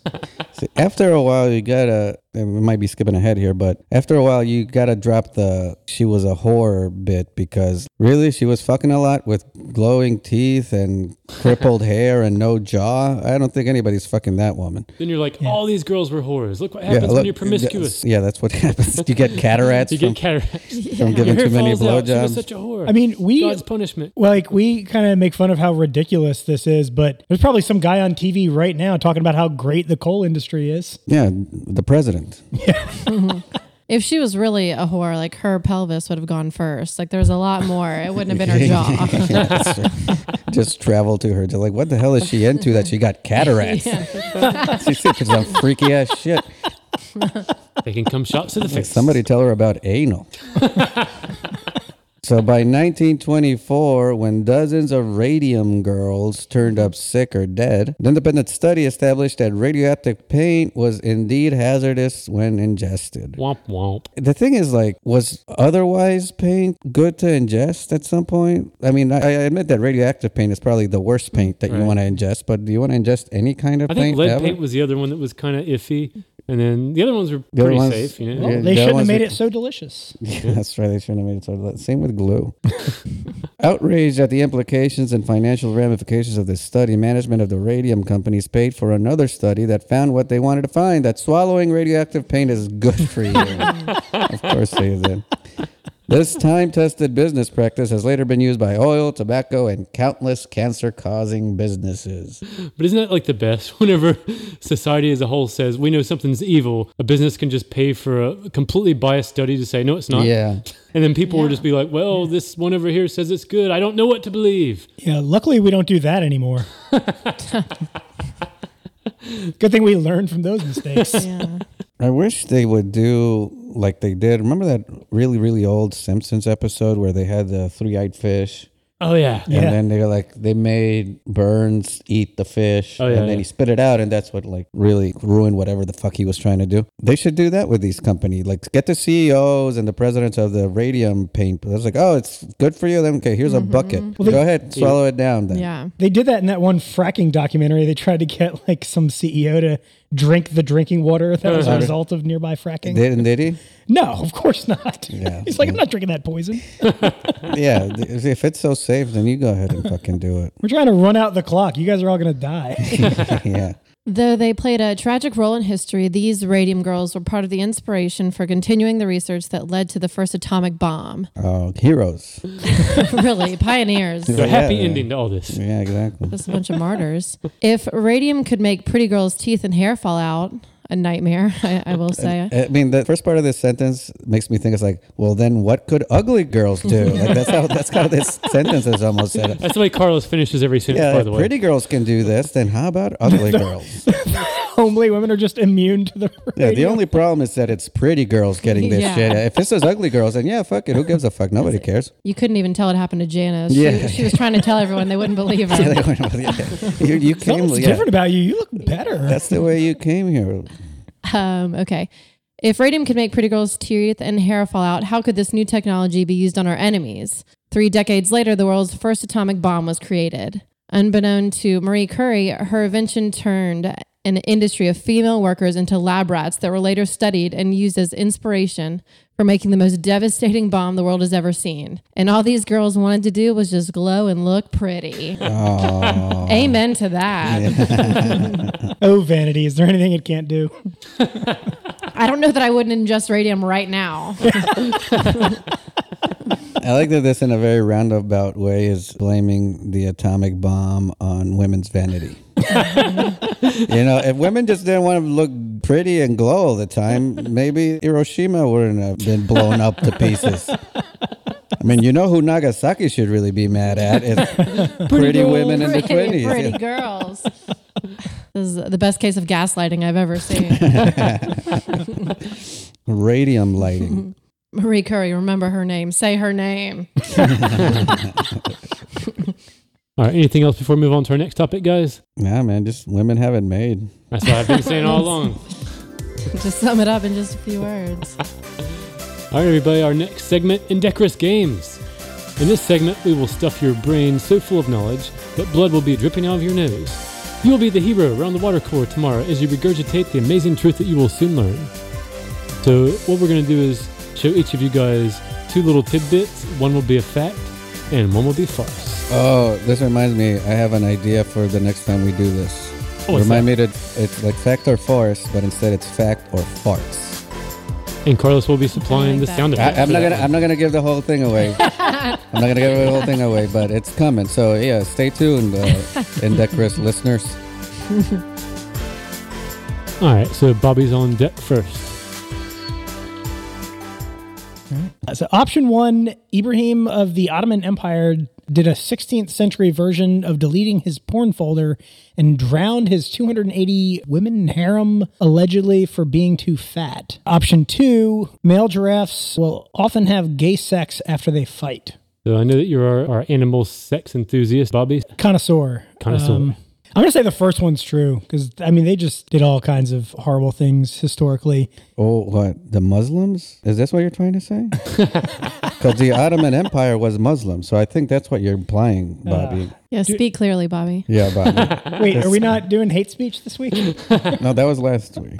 Speaker 4: See, after a while, you gotta. and We might be skipping ahead here, but after a while, you gotta drop the "she was a whore" bit because really, she was fucking a lot with glowing teeth and crippled hair and no jaw. I don't think anybody's fucking that woman.
Speaker 2: Then you're like, all these girls were whores. Look what happens when
Speaker 4: look,
Speaker 2: you're promiscuous.
Speaker 4: Yeah, that's what happens. You get cataracts
Speaker 2: You
Speaker 4: from,
Speaker 2: get cataracts.
Speaker 4: from
Speaker 2: Your
Speaker 4: giving
Speaker 2: hair
Speaker 4: too many
Speaker 2: falls out. She was
Speaker 4: blowjobs.
Speaker 2: such a whore.
Speaker 1: I mean, we.
Speaker 2: God's punishment.
Speaker 1: Well, like we kind of make fun of how ridiculous this is, but there's probably some guy on TV right now talking about how great the coal industry is.
Speaker 4: yeah, the president.
Speaker 3: If she was really a whore, like her pelvis would have gone first. Like there's a lot more. It wouldn't have been her jaw.
Speaker 4: Yeah, that's right. just travel to her. They're like, what the hell is she into that she got cataracts? She's into some freaky ass shit.
Speaker 2: They can come shots to the face.
Speaker 4: Somebody tell her about anal. so by 1924, when dozens of radium girls turned up sick or dead, an independent study established that radioactive paint was indeed hazardous when ingested.
Speaker 2: Womp womp.
Speaker 4: The thing is, like, was otherwise paint good to ingest at some point? I mean, I, I admit that radioactive paint is probably the worst paint that you want to ingest, but do you want to ingest any kind of
Speaker 2: I think
Speaker 4: paint?
Speaker 2: lead
Speaker 4: ever?
Speaker 2: paint was the other one that was kind of iffy. And then the other ones were
Speaker 4: The other
Speaker 2: pretty
Speaker 4: ones-
Speaker 2: safe, you know.
Speaker 4: Yeah,
Speaker 1: They
Speaker 4: that
Speaker 1: shouldn't have
Speaker 4: one's-
Speaker 1: made it so delicious.
Speaker 4: Yeah, that's right. They shouldn't have made it so loud. Same with glue. Outraged at the implications and financial ramifications of this study, management of the radium companies paid for another study that found what they wanted to find that swallowing radioactive paint is good for you. of course, they did. This time tested business practice has later been used by oil, tobacco, and countless cancer causing businesses.
Speaker 2: But isn't that like the best? Whenever society as a whole says we know something's evil, a business can just pay for a completely biased study to say no, it's not.
Speaker 4: Yeah.
Speaker 2: And then people will just be like, well, this one over here says it's good. I don't know what to believe.
Speaker 1: Yeah, luckily we don't do that anymore. Good thing we learned from those mistakes.
Speaker 3: yeah.
Speaker 4: I wish they would do like they did. Remember that really, really old Simpsons episode where they had the three eyed fish?
Speaker 2: Oh yeah.
Speaker 1: Yeah.
Speaker 4: And then they were like, they made Burns eat the fish,
Speaker 2: Oh, yeah,
Speaker 4: and then
Speaker 2: yeah.
Speaker 4: he spit it out, and that's what like really ruined whatever the fuck he was trying to do. They should do that with these companies, like get the CEOs and the presidents of the radium paint. That's like, oh, it's good for you. Then okay, here's a bucket. Go ahead, swallow it down. Then
Speaker 3: Yeah.
Speaker 1: They did that in that one fracking documentary. They tried to get like some CEO to drink the drinking water that
Speaker 4: Uh-huh.
Speaker 1: was a result of nearby fracking.
Speaker 4: Did and did he?
Speaker 1: no, of course not.
Speaker 4: Yeah.
Speaker 1: He's like, I'm not drinking that poison.
Speaker 4: yeah. th- If it's so safe, then you go ahead and fucking do it.
Speaker 1: We're trying to run out the clock. You guys are all gonna die.
Speaker 4: yeah.
Speaker 3: Though they played a tragic role in history, these radium girls were part of the inspiration for continuing the research that led to the first atomic bomb.
Speaker 4: Oh, heroes.
Speaker 3: really, pioneers.
Speaker 2: A happy
Speaker 4: yeah.
Speaker 2: ending to all this.
Speaker 4: Yeah, exactly.
Speaker 3: Just a bunch of martyrs. If radium could make pretty girls' teeth and hair fall out, a nightmare, I, I will say.
Speaker 4: I mean, the first part of this sentence makes me think it's like, well, then what could ugly girls do? Like that's how that's how this sentence is almost set up.
Speaker 2: That's the way Carlos finishes every sentence,
Speaker 4: Yeah,
Speaker 2: by
Speaker 4: if
Speaker 2: the way.
Speaker 4: pretty girls can do this, then how about ugly girls?
Speaker 1: Homely women are just immune to the.
Speaker 4: Yeah, the
Speaker 1: radio.
Speaker 4: only problem is that it's pretty girls getting this
Speaker 3: Yeah.
Speaker 4: shit. If this is ugly girls, then yeah, fuck it. Who gives a fuck? Nobody cares.
Speaker 3: You couldn't even tell it happened to Janice.
Speaker 4: Yeah.
Speaker 3: She, she was trying to tell everyone they wouldn't believe her.
Speaker 4: you, you came.
Speaker 1: Something's
Speaker 4: yeah,
Speaker 1: different about you. You look better.
Speaker 4: That's the way you came here.
Speaker 3: Um, okay. If radium could make pretty girls' teeth and hair fall out, how could this new technology be used on our enemies? Three decades later, the world's first atomic bomb was created. Unbeknown to Marie Curie, her invention turned an industry of female workers into lab rats that were later studied and used as inspiration for making the most devastating bomb the world has ever seen. And all these girls wanted to do was just glow and look pretty. Amen to that.
Speaker 1: Oh, vanity. Is there anything it can't do?
Speaker 3: I don't know that I wouldn't ingest radium right now.
Speaker 4: I like that this, in a very roundabout way, is blaming the atomic bomb on women's vanity. you know, if women just didn't want to look pretty and glow all the time, maybe Hiroshima wouldn't have been blown up to pieces. I mean, you know who Nagasaki should really be mad at is pretty, women in the
Speaker 3: pretty,
Speaker 4: 20s.
Speaker 3: pretty
Speaker 4: yeah.
Speaker 3: girls. This is the best case of gaslighting I've ever seen.
Speaker 4: Radium lighting.
Speaker 3: Marie Curry, remember her name. Say her name.
Speaker 2: All right. Anything else before we move on to our next topic, guys?
Speaker 4: nah, man, just women have it made.
Speaker 2: That's what I've been saying all along.
Speaker 3: Just sum it up in just a few words.
Speaker 2: All right, everybody, our next segment, Indecorous Games. In this segment, we will stuff your brain so full of knowledge that blood will be dripping out of your nose. You will be the hero around the water cooler tomorrow as you regurgitate the amazing truth that you will soon learn. So, what we're going to do is show each of you guys two little tidbits. One will be a fact, and one will be false.
Speaker 4: Oh, this reminds me. I have an idea for the next time we do this.
Speaker 2: Oh, what's
Speaker 4: Remind me that it's like fact or farce, but instead it's fact or farts.
Speaker 2: And Carlos will be supplying
Speaker 3: like
Speaker 2: the
Speaker 3: that.
Speaker 2: sound effect.
Speaker 4: I, I'm
Speaker 2: for
Speaker 4: not
Speaker 2: that
Speaker 4: gonna. I'm not gonna give the whole thing away. I'm not gonna give the whole thing away, but it's coming. So yeah, stay tuned, uh, indecorous listeners.
Speaker 2: one. All right, so Bobby's on deck first.
Speaker 1: So, option one Ibrahim of the Ottoman Empire did a 16th century version of deleting his porn folder and drowned his 280 women in harem allegedly for being too fat. Option two male giraffes will often have gay sex after they fight.
Speaker 2: So, I know that you're our, our animal sex enthusiast, Bobby.
Speaker 1: Connoisseur. Um,
Speaker 2: Connoisseur.
Speaker 1: I'm going to say the first one's true because, I mean, they just did all kinds of horrible things historically.
Speaker 4: Oh, what the Muslims? Is this what you're trying to say? Because the Ottoman Empire was Muslim, so I think that's what you're implying, Bobby.
Speaker 3: Yeah, speak clearly, Bobby.
Speaker 4: yeah, Bobby.
Speaker 1: Wait, are we not doing hate speech this week?
Speaker 4: No, that was last week.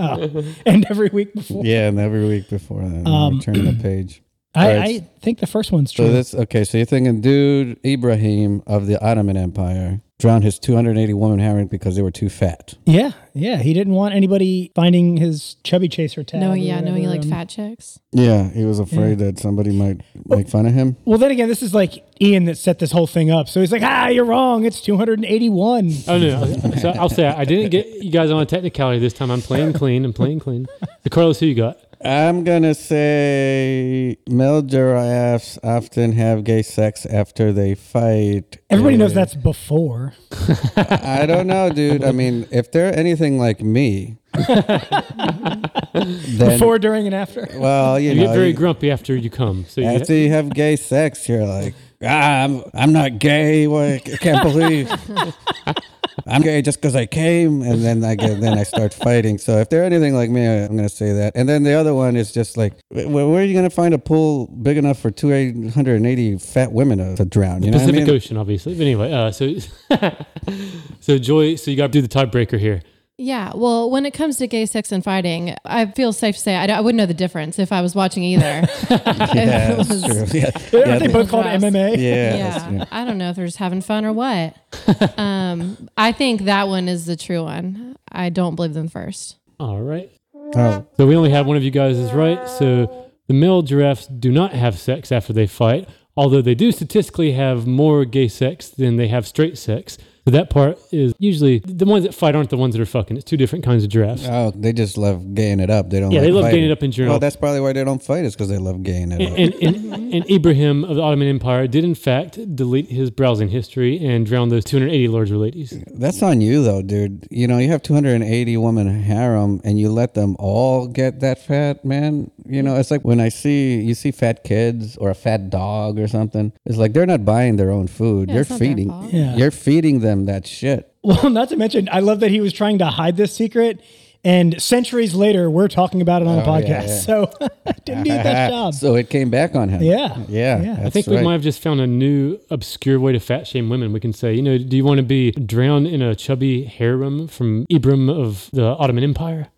Speaker 1: and every week before?
Speaker 4: Yeah, and every week before that, we turn the page.
Speaker 1: I,
Speaker 4: Alright,
Speaker 1: I think the first one's true.
Speaker 4: So this okay. So you're thinking, dude, Ibrahim of the Ottoman Empire drowned his 280 woman harem because they were too fat.
Speaker 1: Yeah, yeah. He didn't want anybody finding his chubby chaser tag.
Speaker 3: No,
Speaker 1: or
Speaker 3: yeah, no, you
Speaker 1: whatever,
Speaker 3: like
Speaker 1: um,
Speaker 3: fat chicks.
Speaker 4: Yeah, he was afraid that somebody might make fun of him.
Speaker 1: Well, then again, this is like Ian that set this whole thing up. So he's like, ah, you're wrong. It's 281.
Speaker 2: Oh no! So I'll say I didn't get you guys on a technicality this time. I'm playing clean. I'm playing clean. So Carlos, who you got?
Speaker 4: I'm gonna say male giraffes often have gay sex after they fight.
Speaker 1: Everybody knows
Speaker 4: Uh,
Speaker 1: that's before.
Speaker 4: I don't know, dude. I mean, if they're anything like me, then
Speaker 1: Before, during, and after.
Speaker 4: well, you,
Speaker 2: You
Speaker 4: know,
Speaker 2: get very grumpy after you come. So you,
Speaker 4: after you have gay sex, you're like, ah, I'm, I'm not gay. What? I can't believe I'm gay just because I came. And then I get, then I start fighting. So if they're anything like me, I'm gonna say that. And then the other one is just like, wh- where, are you gonna find a pool big enough for 280 fat women to, to drown? You know what I
Speaker 2: Pacific
Speaker 4: mean?
Speaker 2: Ocean, obviously. But anyway, uh, so so Joy, so you got to do the tiebreaker here.
Speaker 3: Yeah, well, when it comes to gay sex and fighting, I feel safe to say I, d- I wouldn't know the difference if I was watching either.
Speaker 4: Yeah,
Speaker 3: If it
Speaker 4: that's
Speaker 3: was-
Speaker 4: true. Yeah,
Speaker 1: Aren't they
Speaker 4: yeah,
Speaker 1: both called MMA?
Speaker 4: yeah, that's-
Speaker 3: Yeah,
Speaker 4: yeah.
Speaker 3: I don't know if they're just having fun or what. um, I think that one is the true one. I don't believe them first.
Speaker 2: All right.
Speaker 4: Oh,
Speaker 2: So we only have one of you guys is right. So the male giraffes do not have sex after they fight, although they do statistically have more gay sex than they have straight sex. So that part is usually the ones that fight aren't the ones that are fucking. It's two different kinds of giraffes.
Speaker 4: Oh, they just love gaying it up. They don't.
Speaker 2: Yeah,
Speaker 4: like
Speaker 2: they love
Speaker 4: fighting.
Speaker 2: gaying it up in general.
Speaker 4: Well, that's probably why they don't fight. Is because they love gaying it up.
Speaker 2: and, and, and Ibrahim of the Ottoman Empire did, in fact, delete his browsing history and drown those 280 larger ladies.
Speaker 4: That's on you though, dude. You know, you have 280 woman harem and you let them all get that fat, man. You know, it's like when I see you see fat kids or a fat dog or something. It's like they're not buying their own food.
Speaker 3: Yeah,
Speaker 4: you're
Speaker 3: it's not their
Speaker 4: feeding
Speaker 3: fault.
Speaker 1: Yeah.
Speaker 4: you're feeding them that shit.
Speaker 1: Well, not to mention, I love that he was trying to hide this secret. And centuries later, we're talking about it on a
Speaker 4: Oh,
Speaker 1: podcast.
Speaker 4: yeah, yeah.
Speaker 1: So I didn't do that job.
Speaker 4: so it came back on him.
Speaker 1: Yeah.
Speaker 4: Yeah.
Speaker 1: Yeah. I
Speaker 2: I think we might have just found a new obscure way to fat shame women. We can say, you know, do you want to be drowned in a chubby harem from Ibrahim of the Ottoman Empire?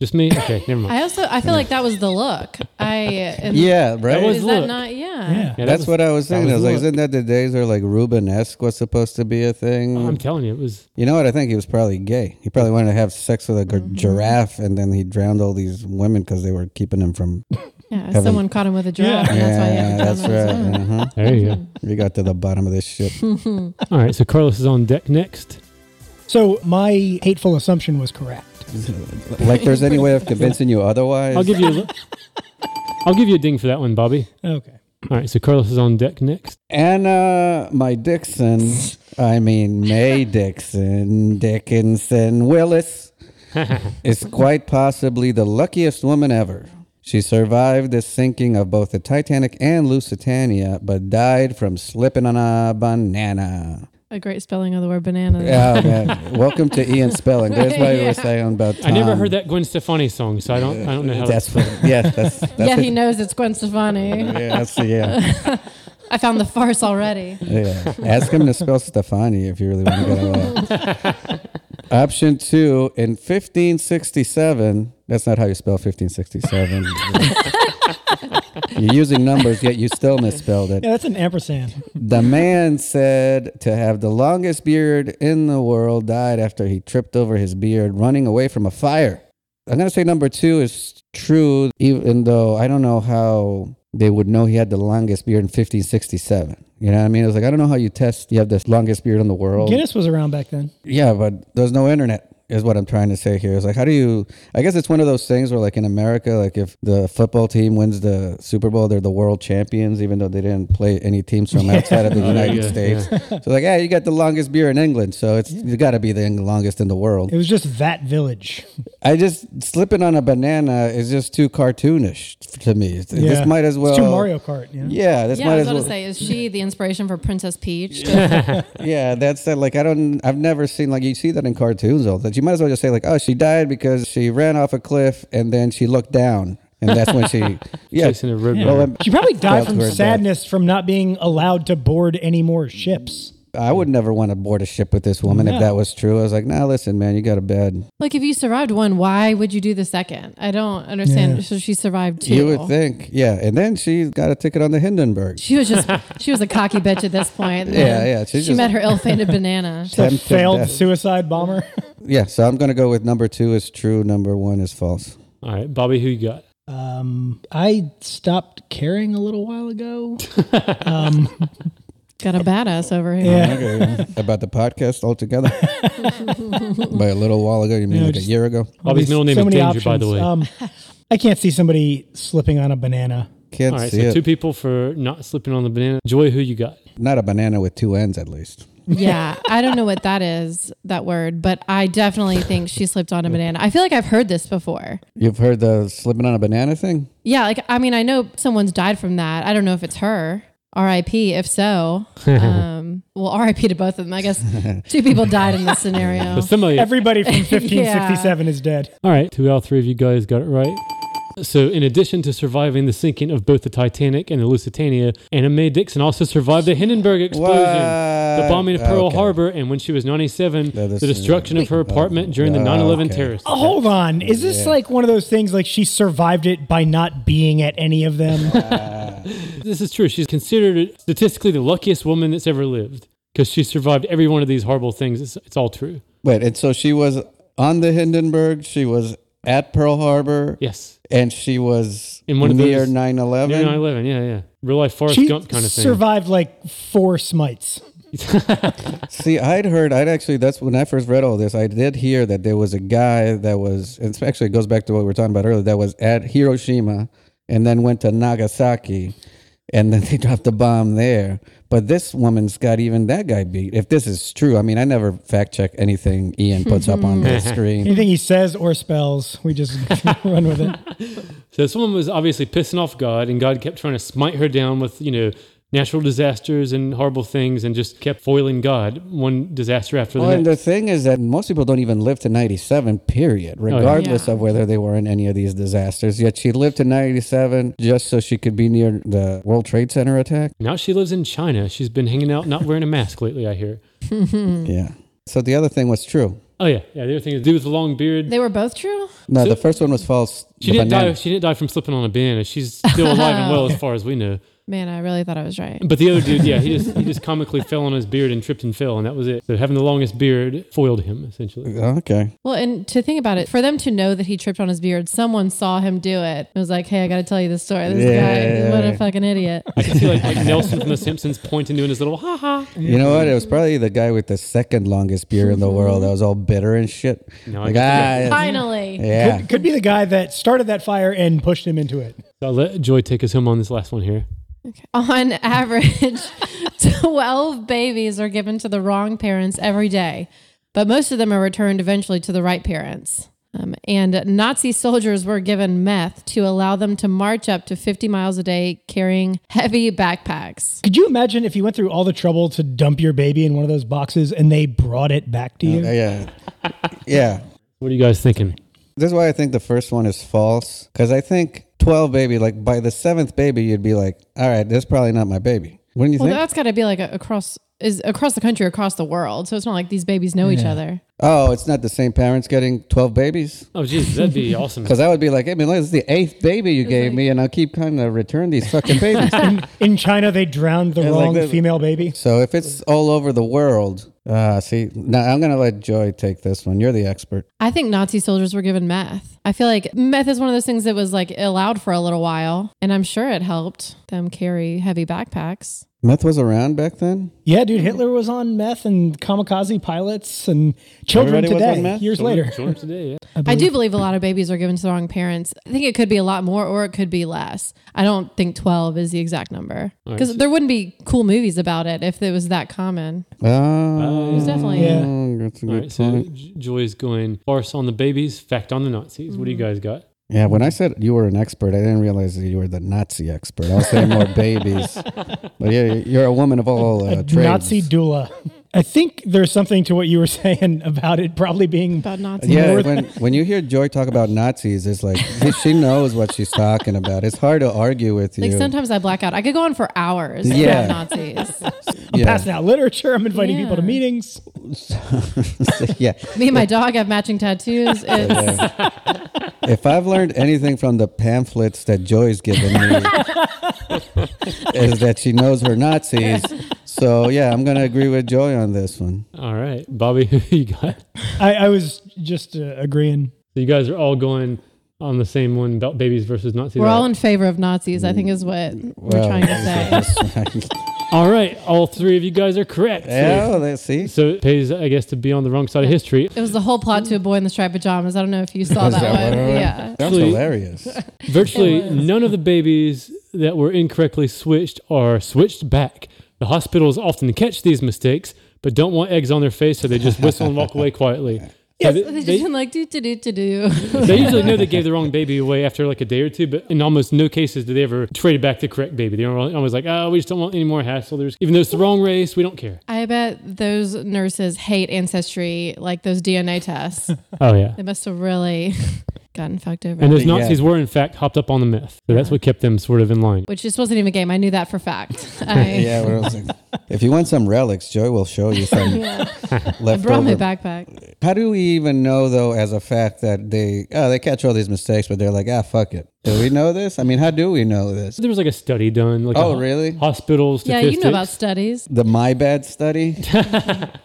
Speaker 2: Just me? Okay, never mind.
Speaker 3: I also I feel like that was the look. I am,
Speaker 4: Yeah, right.
Speaker 2: was
Speaker 3: Is
Speaker 2: look.
Speaker 3: that not? Yeah.
Speaker 1: Yeah.
Speaker 2: Yeah, that
Speaker 4: That's
Speaker 2: was-
Speaker 4: what I was
Speaker 2: that
Speaker 4: thinking. I was like,
Speaker 2: look.
Speaker 4: isn't that the days where like Rubenesque was supposed to be a thing?
Speaker 2: I'm telling you, it was.
Speaker 4: you know what? I think he was probably gay. He probably wanted to have sex with a
Speaker 3: Mm-hmm.
Speaker 4: gir- giraffe, and then he drowned all these women because they were keeping him from.
Speaker 3: Yeah, Someone caught him with a giraffe. And that's why he
Speaker 4: yeah,
Speaker 3: had to
Speaker 4: that's
Speaker 3: drown him.
Speaker 4: right. Uh-huh.
Speaker 2: There you go.
Speaker 4: We got to the bottom of this shit.
Speaker 2: All right, so Carlos is on deck next.
Speaker 1: So my hateful assumption was correct.
Speaker 4: like, there's any way of convincing you otherwise?
Speaker 2: I'll give you. A, li- I'll give you a ding for that one, Bobby.
Speaker 1: Okay.
Speaker 2: All right, so Carlos is on deck next.
Speaker 4: Anna, my Dixon. I mean, May Dixon, Dickinson Willis is quite possibly the luckiest woman ever. She survived the sinking of both the Titanic and Lusitania, but died from slipping on a banana.
Speaker 3: A great spelling of the word banana.
Speaker 4: Oh, man. Welcome to Ian Spelling. There's why we were saying about
Speaker 2: I never
Speaker 1: Um,
Speaker 4: Tom.
Speaker 2: heard that Gwen Stefani song, so I don't. I don't know how.
Speaker 4: That's what, yeah, that's, that's
Speaker 3: yeah,
Speaker 4: it.
Speaker 3: he knows it's Gwen Stefani.
Speaker 4: Yeah, that's the- yeah.
Speaker 3: I found the farce already.
Speaker 4: Yeah. Ask him to spell Stefani if you really want to get it out. Option two, in 1567, that's not how you spell 1567. You're using numbers, yet you still misspelled it.
Speaker 1: Yeah, that's an ampersand.
Speaker 4: The man said to have the longest beard in the world died after he tripped over his beard running away from a fire. I'm going to say number two is true, even though I don't know how they would know he had the longest beard in 1567. You know what I mean? It was like, I don't know how you test you have the longest beard in the world.
Speaker 1: Guinness was around back then.
Speaker 4: Yeah, but there's no internet is what I'm trying to say here. It's like how do you I guess it's one of those things where like in America, like if the football team wins the Super Bowl, they're the world champions, even though they didn't play any teams from outside of the
Speaker 2: yeah,
Speaker 4: United
Speaker 2: yeah.
Speaker 4: States. So like, yeah, you got the longest beer in England, so it's you gotta be the eng- longest in the world.
Speaker 1: It was just that village.
Speaker 4: I just slipping on a banana is just too cartoonish to me. It's-
Speaker 1: Yeah.
Speaker 4: This might as well
Speaker 1: It's too Mario Kart. You know?
Speaker 4: Yeah, this
Speaker 3: Yeah,
Speaker 4: might
Speaker 3: I was
Speaker 4: as well
Speaker 3: going to say, is she the inspiration for Princess Peach?
Speaker 4: Yeah, that's that. Like, I don't, I've never seen, like, you see that in cartoons all that. You might as well just say, like, oh, she died because she ran off a cliff and then she looked down. And that's when she, yeah.
Speaker 2: Chasing a road
Speaker 4: Well,
Speaker 2: runner.
Speaker 4: um,
Speaker 1: She probably died
Speaker 4: That's
Speaker 1: from
Speaker 4: where it died.
Speaker 1: sadness from not being allowed to board any more ships.
Speaker 4: I would never want to board a ship with this woman if that was true. I was like, nah, listen, man, you got a bed.
Speaker 3: like, if you survived one, why would you do the second? I don't understand. So she survived two.
Speaker 4: You would think, yeah. And then she got a ticket on the Hindenburg.
Speaker 3: She was just, she was a cocky bitch at this point.
Speaker 4: Yeah, yeah,
Speaker 3: She
Speaker 4: she's just-
Speaker 3: met her ill fated banana.
Speaker 1: The
Speaker 4: Tempted
Speaker 1: failed
Speaker 4: death.
Speaker 1: suicide bomber.
Speaker 4: Yeah, so I'm going to go with number two is true, number one is false.
Speaker 2: All right, Bobby, who you got?
Speaker 1: Um, I stopped caring a little while ago.
Speaker 3: Got a badass over here.
Speaker 1: Yeah.
Speaker 4: Okay, about the podcast altogether. By a little while ago, you mean
Speaker 1: No,
Speaker 4: like
Speaker 1: just-
Speaker 4: a year ago?
Speaker 2: Bobby's middle name
Speaker 1: So
Speaker 2: is
Speaker 1: many
Speaker 2: Danger, by the
Speaker 1: options.
Speaker 2: way.
Speaker 1: Um, I can't see somebody slipping on a banana.
Speaker 4: Can't
Speaker 2: All right,
Speaker 4: see
Speaker 2: so
Speaker 4: it.
Speaker 2: two people for not slipping on the banana. Joy, who you got?
Speaker 4: Not a banana with two ends, at least.
Speaker 3: Yeah, I don't know what that is, that word, but I definitely think she slipped on a banana. I feel like I've heard this before.
Speaker 4: You've heard the slipping on a banana thing?
Speaker 3: Yeah, like I mean, I know someone's died from that. I don't know if it's her. R.I.P. If so, um, well, R.I.P. to both of them. I guess two people died in this scenario.
Speaker 2: But somebody.
Speaker 1: Everybody from 1567 is dead.
Speaker 2: All right, two out of three of you guys got it right. So, in addition to surviving the sinking of both the Titanic and the Lusitania, Anna Mae Dixon also survived the Hindenburg explosion, the
Speaker 4: What?
Speaker 2: bombing of Pearl
Speaker 4: Okay.
Speaker 2: Harbor, and when she was 97,
Speaker 4: That
Speaker 2: the
Speaker 4: is-
Speaker 2: destruction of her apartment during the
Speaker 4: Oh,
Speaker 2: 9 11
Speaker 4: okay.
Speaker 2: terrorist.
Speaker 1: Oh, hold on. Is this like one of those things like she survived it by not being at any of them?
Speaker 2: This is true. She's considered statistically the luckiest woman that's ever lived because she survived every one of these horrible things. It's, it's all true.
Speaker 4: Wait, and so she was on the Hindenburg, she was at Pearl Harbor,
Speaker 2: Yes.
Speaker 4: and she was
Speaker 2: In one of
Speaker 4: near
Speaker 2: those-
Speaker 4: 9
Speaker 2: During 9
Speaker 4: 11.
Speaker 2: 11, yeah, yeah. Real life Forrest
Speaker 1: she
Speaker 2: Gump kind of thing.
Speaker 1: survived like four smites.
Speaker 4: See, I'd heard, I'd actually, that's when I first read all this, I did hear that there was a guy that was, and actually it goes back to what we were talking about earlier, that was at Hiroshima and then went to Nagasaki. And then they dropped the bomb there. But this woman's got even that guy beat. If this is true, I mean, I never fact check anything Ian puts up on the screen.
Speaker 1: Anything he says or spells, we just run with it.
Speaker 2: So this woman was obviously pissing off God, and God kept trying to smite her down with, you know, natural disasters and horrible things, and just kept foiling God one disaster after the
Speaker 4: Well, and
Speaker 2: next.
Speaker 4: the thing is that most people don't even live to 97,
Speaker 2: Oh,
Speaker 4: period, regardless
Speaker 3: Yeah.
Speaker 4: of whether they were in any of these disasters. Yet she lived to 97 just so she could be near the World Trade Center attack.
Speaker 2: Now she lives in China. She's been hanging out, not wearing a mask lately. I hear.
Speaker 4: Yeah. So the other thing was true.
Speaker 2: Oh yeah, yeah. The other thing is, dude with the long beard.
Speaker 3: They were both true?
Speaker 4: No,
Speaker 2: So-
Speaker 4: the first one was false.
Speaker 2: She
Speaker 4: the
Speaker 2: didn't
Speaker 4: banana.
Speaker 2: die. She didn't die from slipping on a banana. She's still alive and well, as far as we know.
Speaker 3: Man, I really thought I was right.
Speaker 2: But the other dude, yeah, he just he just comically fell on his beard and tripped and fell, and that was it. So having the longest beard foiled him essentially.
Speaker 4: Oh, okay.
Speaker 3: Well, and to think about it, for them to know that he tripped on his beard, someone saw him do it. It was like, hey, I got to tell you this story. This
Speaker 4: Yeah.
Speaker 3: guy, what a fucking idiot.
Speaker 2: I can see like, like Nelson from The Simpsons pointing doing his little ha ha.
Speaker 4: You know what? It was probably the guy with the second longest beard in the world that was all bitter and shit.
Speaker 2: No, I
Speaker 4: like,
Speaker 2: get
Speaker 4: ah,
Speaker 3: Finally.
Speaker 4: yeah.
Speaker 1: Could be the guy that started that fire and pushed him into it.
Speaker 2: So I'll let Joy take us home on this last one here.
Speaker 3: On average, 12 babies are given to the wrong parents every day, but most of them are returned eventually to the right parents. Um, and Nazi soldiers were given meth to allow them to march up to 50 miles a day carrying heavy backpacks.
Speaker 1: Could you imagine if you went through all the trouble to dump your baby in one of those boxes and they brought it back to you?
Speaker 4: Yeah. Yeah.
Speaker 2: What are you guys thinking?
Speaker 4: This is why I think the first one is false. Because I think 12 baby, like by the seventh baby, you'd be like, all right, that's probably not my baby. Wouldn't you
Speaker 3: Well,
Speaker 4: think?
Speaker 3: that's got to be like a, across is across the country, across the world. So it's not like these babies know each other.
Speaker 4: Oh, it's not the same parents getting 12 babies?
Speaker 2: Oh, jeez, that'd be awesome.
Speaker 4: Because I would be like, hey, man, look, this is the eighth baby you gave me, and I'll keep trying to return these fucking babies.
Speaker 1: In China, they drowned the
Speaker 4: Yeah, like
Speaker 1: wrong
Speaker 4: that-
Speaker 1: female baby.
Speaker 4: so if it's all over the world, uh, see, now I'm going to let Joy take this one. You're the expert.
Speaker 3: I think Nazi soldiers were given meth. I feel like meth is one of those things that was like allowed for a little while, and I'm sure it helped them carry heavy backpacks.
Speaker 4: Meth was around back then?
Speaker 1: Yeah, dude, Hitler was on meth and kamikaze pilots and children
Speaker 4: Everybody was
Speaker 1: today,
Speaker 4: on meth?
Speaker 1: years later.
Speaker 2: Join us today, yeah.
Speaker 3: I do believe a lot of babies are given to the wrong parents. I think it could be a lot more or it could be less. I don't think 12 is the exact number because there wouldn't be cool movies about it if it was that common.
Speaker 4: Oh,
Speaker 3: It's definitely.
Speaker 1: Yeah.
Speaker 4: that's a
Speaker 2: All
Speaker 4: good
Speaker 2: right, so
Speaker 4: point.
Speaker 2: J- Joy's going farce on the babies, fact on the Nazis. What do you guys got?
Speaker 4: Yeah, when I said you were an expert, I didn't realize that you were the Nazi expert. I was saying more babies, but yeah, you're a woman of all uh, trades.
Speaker 1: Nazi doula. I think there's something to what you were saying about it probably being
Speaker 3: About Nazis.
Speaker 4: yeah, when when you hear Joy talk about Nazis, it's like she- she knows what she's talking about. It's hard to argue with you.
Speaker 3: Like sometimes I black out. I could go on for hours
Speaker 4: Yeah.
Speaker 3: about Nazis.
Speaker 1: I'm
Speaker 4: yeah.
Speaker 1: passing out literature. I'm inviting people to
Speaker 3: Yeah.
Speaker 1: meetings.
Speaker 4: yeah.
Speaker 3: Me and my dog have matching tattoos. It's,
Speaker 4: If I've learned anything from the pamphlets that Joy's given me, is that she knows her Nazis. So yeah, I'm gonna agree with Joy on this one.
Speaker 2: All right, Bobby, who you got?
Speaker 1: I, I was just uh, agreeing.
Speaker 2: So you guys are all going on the same one about babies versus Nazis.
Speaker 3: we're all in favor of Nazis, I think is what we're trying to say.
Speaker 2: all right, all three of you guys are correct. So-
Speaker 4: Yeah, let's see.
Speaker 2: So it pays, I guess, to be on the wrong side of history.
Speaker 3: It was the whole plot to a boy in the striped pajamas. I don't know if you saw
Speaker 4: Is
Speaker 3: that,
Speaker 4: that what it
Speaker 3: one.
Speaker 4: was?
Speaker 3: Yeah.
Speaker 4: That's
Speaker 2: Actually-
Speaker 4: hilarious.
Speaker 2: Virtually none of the babies that were incorrectly switched are switched back. The hospitals often catch these mistakes, but don't want eggs on their face, so they just whistle and walk away quietly. So they-
Speaker 3: They just
Speaker 2: they-
Speaker 3: been like do do do do do.
Speaker 2: They usually know they gave the wrong baby away after like a day or two, but in almost no cases do they ever trade back the correct baby. They're always like, oh, we just don't want any more hassle. There's, even though it's the wrong race, we don't care.
Speaker 3: I bet those nurses hate ancestry, like those DNA tests.
Speaker 2: Oh, yeah.
Speaker 3: they must have really gotten fucked over.
Speaker 2: And those
Speaker 4: Yeah.
Speaker 2: Nazis were, in fact, hopped up on the myth. So that's what kept them sort of in line.
Speaker 3: which just wasn't even a game. I knew that for fact. I,
Speaker 4: Yeah, what else? if you want some relics, Joy will show you some
Speaker 3: I brought my
Speaker 4: leftover.
Speaker 3: backpack.
Speaker 4: How do we even know though, as a fact, that they oh they catch all these mistakes, but they're like ah fuck it. Do we know this? I mean, how do we know this?
Speaker 2: So there was like a study done. Like
Speaker 4: Oh,
Speaker 2: a
Speaker 4: really?
Speaker 2: Hospital
Speaker 3: Yeah,
Speaker 2: statistics.
Speaker 3: you know about studies.
Speaker 4: The my bad study.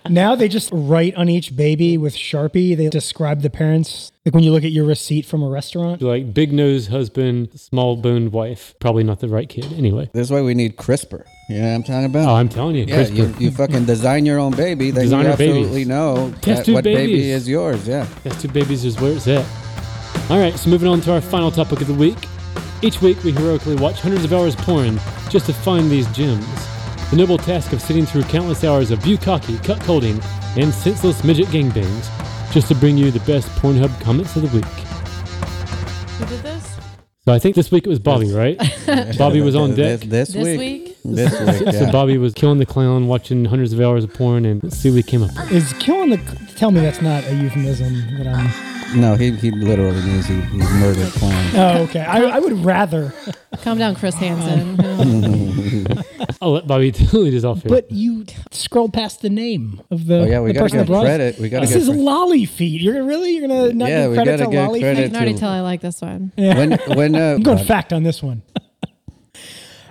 Speaker 1: Now they just write on each baby with Sharpie. They describe the parents. Like when you look at your receipt from a restaurant.
Speaker 2: Like big nose husband, small boned wife. Probably not the right kid. Anyway.
Speaker 4: That's why we need CRISPR. You know what I'm talking about?
Speaker 2: Oh, I'm telling you,
Speaker 4: yeah,
Speaker 2: CRISPR.
Speaker 4: you, you fucking design your own baby. Then
Speaker 2: Design
Speaker 4: you
Speaker 2: our babies.
Speaker 4: absolutely know
Speaker 2: Test
Speaker 4: that-
Speaker 2: tube
Speaker 4: what
Speaker 2: babies.
Speaker 4: baby is yours. Yeah.
Speaker 2: That's two babies is where it's at. All right, so moving on to our final topic of the week. Each week, we heroically watch hundreds of hours porn just to find these gems. The noble task of sitting through countless hours of bukkake, cuckolding, and senseless midget gangbangs just to bring you the best Pornhub comments of the week.
Speaker 3: Who did this?
Speaker 2: So I think this week it was Bobby, right? Bobby was on
Speaker 4: This,
Speaker 2: deck.
Speaker 4: this,
Speaker 3: This
Speaker 4: week.
Speaker 3: week?
Speaker 4: This week.
Speaker 2: So
Speaker 4: Yeah.
Speaker 2: Bobby was killing the clown, watching hundreds of hours of porn, and let's see what he came up with.
Speaker 1: Is killing the. Tell me that's not a euphemism that I'm.
Speaker 4: no, he, he literally means he, he murdered clown.
Speaker 1: Oh, okay. I, I would rather.
Speaker 3: Calm down, Chris Hansen.
Speaker 2: I'll let Bobby lead us off here.
Speaker 1: But you scrolled past the name of the,
Speaker 4: Oh, yeah, we
Speaker 1: the
Speaker 4: gotta
Speaker 1: person
Speaker 4: give
Speaker 1: that brought us-
Speaker 4: credit. We gotta
Speaker 1: this
Speaker 4: give
Speaker 1: is
Speaker 4: cre-
Speaker 1: Lolly Feet. You're really you're gonna not
Speaker 4: Yeah,
Speaker 1: give
Speaker 4: we
Speaker 1: credit
Speaker 4: gotta
Speaker 1: to
Speaker 4: give
Speaker 1: Lolly
Speaker 4: credit.
Speaker 1: Feet?
Speaker 3: I can already
Speaker 4: to-
Speaker 3: tell I like this one.
Speaker 4: When when uh,
Speaker 1: I'm going fact on this one.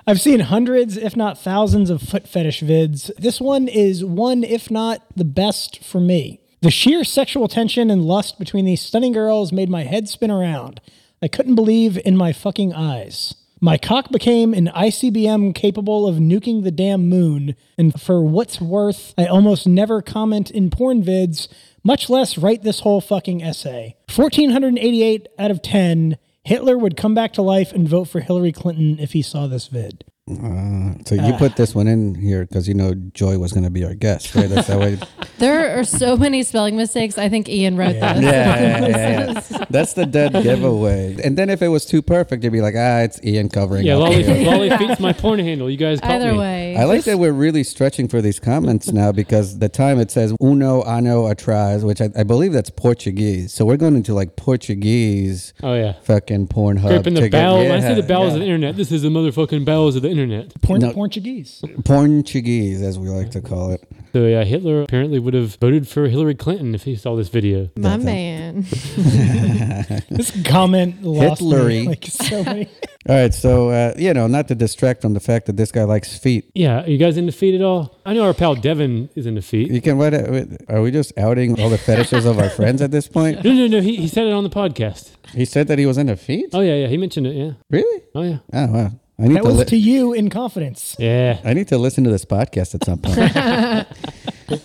Speaker 1: I've seen hundreds, if not thousands, of foot fetish vids. This one is one, if not the best for me. The sheer sexual tension and lust between these stunning girls made my head spin around. I couldn't believe in my fucking eyes. My cock became an ICBM capable of nuking the damn moon, and for what's worth, I almost never comment in porn vids, much less write this whole fucking essay. 1488 out of 10, Hitler would come back to life and vote for Hillary Clinton if he saw this vid.
Speaker 4: so you put this one in here because you know Joy was going to be our guest, right? That's that way.
Speaker 3: There are so many spelling mistakes. I think Ian wrote this.
Speaker 4: yeah, yeah, yeah, yeah. That's the dead giveaway. And then if it was too perfect, you'd be like, ah, it's Ian covering.
Speaker 2: yeah,
Speaker 4: up
Speaker 2: Lolly,
Speaker 4: here.
Speaker 2: Lolly Feet's my porn handle. You guys caught
Speaker 3: Either
Speaker 2: me.
Speaker 3: way,
Speaker 4: I like that we're really stretching for these comments now because the time it says uno ano atrás, which I, I believe that's Portuguese. So we're going into like Portuguese
Speaker 2: Oh, yeah.
Speaker 4: fucking porn hub.
Speaker 2: Scraping the bowels. When I say the bowels
Speaker 4: Uh, yeah.
Speaker 2: of the internet, this is the motherfucking bowels of the internet.
Speaker 1: Porn,
Speaker 4: No.
Speaker 1: Portuguese.
Speaker 4: Portuguese, as we like to call it.
Speaker 2: So yeah, Hitler apparently would have voted for Hillary Clinton if he saw this video.
Speaker 3: my man.
Speaker 1: This comment lost me,
Speaker 4: Hitlery.
Speaker 1: like so many.
Speaker 4: All right, so uh, you know, not to distract from the fact that this guy likes feet.
Speaker 2: Yeah, are you guys into feet at all? I know our pal Devin is into feet.
Speaker 4: You can what? Are we just outing all the fetishes of our friends at this point?
Speaker 2: No, no, no. He, he said it on the podcast.
Speaker 4: He said that he was into feet.
Speaker 2: Oh yeah, yeah. He mentioned it. Yeah.
Speaker 4: Really?
Speaker 2: Oh yeah.
Speaker 4: Oh wow! I need
Speaker 1: Uh, That
Speaker 4: to.
Speaker 1: was
Speaker 4: Li-
Speaker 1: to you in confidence.
Speaker 2: Yeah.
Speaker 4: I need to listen to this podcast at some point.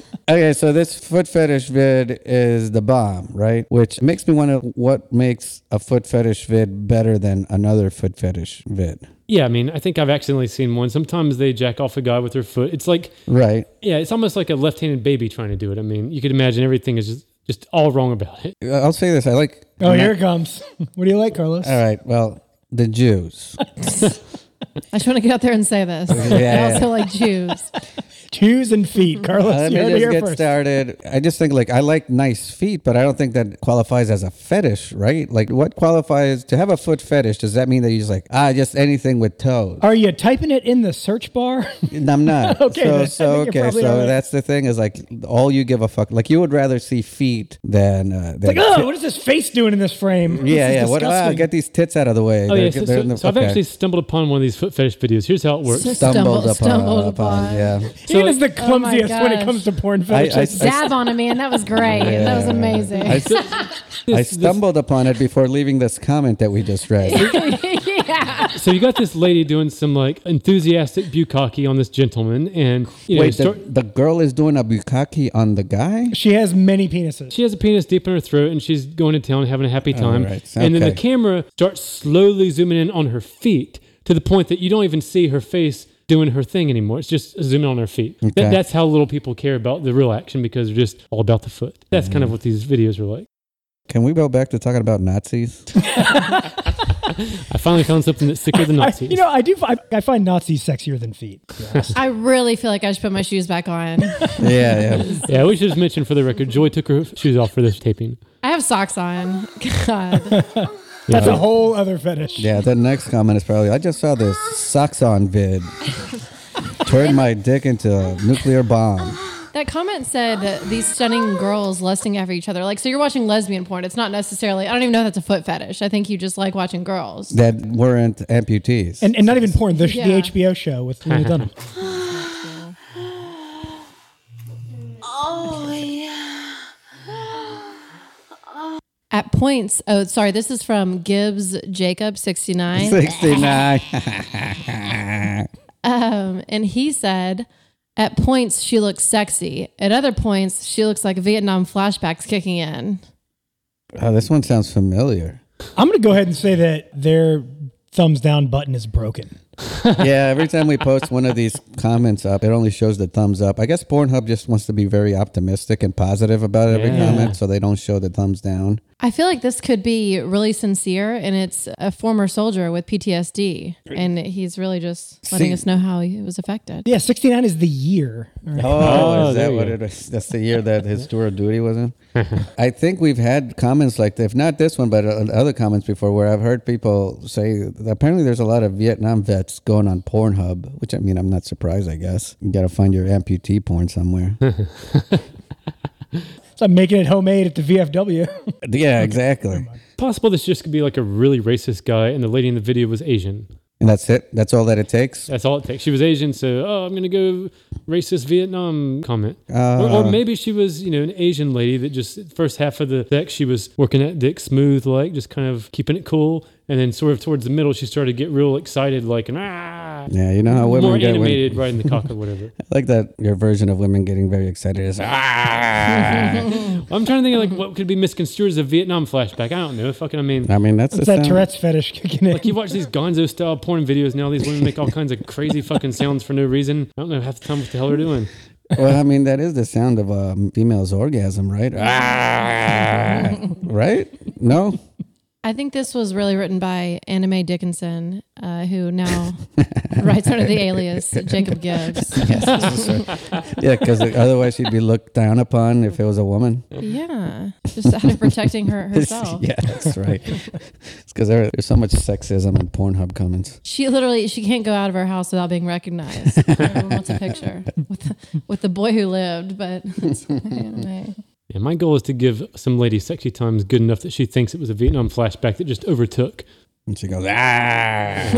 Speaker 4: okay, so this foot fetish vid is the bomb, right? Which makes me wonder what makes a foot fetish vid better than another foot fetish vid,
Speaker 2: Yeah. I mean, I think I've accidentally seen one. Sometimes they jack off a guy with their foot. It's like,
Speaker 4: right?
Speaker 2: yeah, it's almost like a left-handed baby trying to do it. I mean, you could imagine everything is just just all wrong about it.
Speaker 4: I'll say this: I like.
Speaker 1: Oh, here it comes. What do you like, Carlos?
Speaker 4: All right. Well, the Jews.
Speaker 3: I just want to get out there and say this. I
Speaker 4: Yeah.
Speaker 3: also like Jews.
Speaker 1: Shoes and feet, Carlos.
Speaker 4: Let
Speaker 1: you
Speaker 4: me
Speaker 1: heard it
Speaker 4: just
Speaker 1: here
Speaker 4: get
Speaker 1: first.
Speaker 4: started. I just think like I like nice feet, but I don't think that qualifies as a fetish, right? Like what qualifies to have a foot fetish? Does that mean that you just like ah just anything with toes?
Speaker 1: Are you typing it in the search bar?
Speaker 4: I'm not.
Speaker 1: Okay, then. I
Speaker 4: So so
Speaker 1: think you're
Speaker 4: okay.
Speaker 1: probably
Speaker 4: So
Speaker 1: all right.
Speaker 4: that's the thing is like all you give a fuck. Like you would rather see feet than uh, than
Speaker 1: like, oh, what is this face doing in this frame?
Speaker 4: yeah
Speaker 1: This is
Speaker 4: yeah. What ah,
Speaker 1: disgusting.
Speaker 4: get these tits out of the way.
Speaker 2: Oh
Speaker 4: They're-
Speaker 2: yeah. So,
Speaker 4: they're
Speaker 2: so-
Speaker 4: in the-
Speaker 2: so I've
Speaker 4: okay.
Speaker 2: actually stumbled upon one of these foot fetish videos. Here's how it works.
Speaker 4: stumbled, upon,
Speaker 3: stumbled
Speaker 4: upon,
Speaker 3: upon.
Speaker 4: Yeah.
Speaker 1: Ian is the
Speaker 3: Oh my
Speaker 1: clumsiest when it
Speaker 3: gosh.
Speaker 1: comes to porn
Speaker 4: I- I-
Speaker 1: fetishes.
Speaker 3: Dab on a man. That was great. That was amazing.
Speaker 4: I, s- I stumbled upon it before leaving this comment that we just read.
Speaker 3: yeah.
Speaker 2: So you got this lady doing some like enthusiastic bukkake on this gentleman, and you know,
Speaker 4: Wait, the,
Speaker 2: start-
Speaker 4: the girl is doing a bukkake on the guy?
Speaker 1: she has many penises.
Speaker 2: she has a penis deep in her throat, and she's going to town having a happy time.
Speaker 4: right.
Speaker 2: And then the
Speaker 4: Okay.
Speaker 2: camera starts slowly zooming in on her feet to the point that you don't even see her face doing her thing anymore. It's just zooming on her feet. That-
Speaker 4: Okay.
Speaker 2: that's how little people care about the real action because they're just all about the foot. That's kind of what these videos are like.
Speaker 4: Can we go back to talking about Nazis?
Speaker 2: I finally found something that's sicker than
Speaker 1: I-
Speaker 2: Nazis.
Speaker 1: you know, I do. I, I find Nazis sexier than feet.
Speaker 3: I really feel like I should put my shoes back on.
Speaker 4: yeah, yeah.
Speaker 2: yeah, we should just mention for the record, Joy took her shoes off for this taping.
Speaker 3: I have socks on. God.
Speaker 1: That's a whole other fetish.
Speaker 4: Yeah, the next comment is probably I just saw this socks on vid. Turn my dick into a nuclear bomb.
Speaker 3: That comment said that these stunning girls lusting after each other. Like, so you're watching lesbian porn. It's not necessarily, I don't even know if that's a foot fetish. I think you just like watching girls.
Speaker 4: That weren't amputees.
Speaker 1: And, and not even porn. The,
Speaker 3: Yeah.
Speaker 1: the HBO show with Lena Dunham.
Speaker 3: At points, oh, sorry, this is from Gibbs Jacob 69.
Speaker 4: 69.
Speaker 3: Um, and he said, at points, she looks sexy. At other points, she looks like Vietnam flashbacks kicking in.
Speaker 4: oh, this one sounds familiar.
Speaker 1: I'm going to go ahead and say that their thumbs down button is broken.
Speaker 4: Yeah, every time we post one of these comments up, it only shows the thumbs up. I guess Pornhub just wants to be very optimistic and positive about every
Speaker 2: Yeah.
Speaker 4: comment, so they don't show the thumbs down.
Speaker 3: I feel like this could be really sincere, and it's a former soldier with PTSD, and he's really just letting
Speaker 4: See-
Speaker 3: us know how he was affected.
Speaker 1: Yeah, 69 is the year. All right.
Speaker 4: Oh,
Speaker 2: Oh,
Speaker 4: is
Speaker 2: there
Speaker 4: that
Speaker 2: you
Speaker 4: what
Speaker 2: go.
Speaker 4: it is? That's the year that his tour of duty was in. I think we've had comments like that, if not this one, but uh, other comments before, where I've heard people say that apparently there's a lot of Vietnam vets that's going on Pornhub, which I mean, I'm not surprised, I guess. You got to find your amputee porn somewhere.
Speaker 1: So I'm making it homemade at the VFW.
Speaker 4: yeah, exactly.
Speaker 2: Possible this just could be like a really racist guy, and the lady in the video was Asian.
Speaker 4: And that's it. That's all that it takes.
Speaker 2: That's all it takes. She was Asian, so oh, I'm gonna go racist Vietnam comment. or, or maybe she was, you know, an Asian lady that just first half of the deck she was working at dick smooth, like just kind of keeping it cool, and then sort of towards the middle she started to get real excited, like and ah,
Speaker 4: Yeah, you know how women
Speaker 2: more
Speaker 4: get when-
Speaker 2: animated, right in the cock or whatever.
Speaker 4: like that your version of women getting very excited is ah.
Speaker 2: I'm trying to think of like what could be misconstrued as a Vietnam flashback. I don't know. Fucking, I mean.
Speaker 4: I mean, that's the
Speaker 1: It's that
Speaker 4: sound.
Speaker 1: Tourette's fetish kicking in.
Speaker 2: Like you watch these gonzo style porn videos now, these women make all kinds of crazy fucking sounds for no reason. I don't know half the time what the hell they're doing.
Speaker 4: Well, I mean, that is the sound of a female's orgasm, right? Ah. right? No.
Speaker 3: I think this was really written by Anime Dickinson, uh, who now writes under the alias Jacob Gibbs.
Speaker 4: Yeah, because otherwise she'd be looked down upon if it was a woman.
Speaker 3: Yeah, just out of protecting her herself.
Speaker 4: yeah, that's right. it's because there, there's so much sexism in Pornhub comments.
Speaker 3: She literally she can't go out of her house without being recognized. Everyone wants a picture with the, with the boy who lived, but it's not anime.
Speaker 2: Yeah, my goal is to give some lady sexy times good enough that she thinks it was a Vietnam flashback that just overtook.
Speaker 4: And she goes, ah,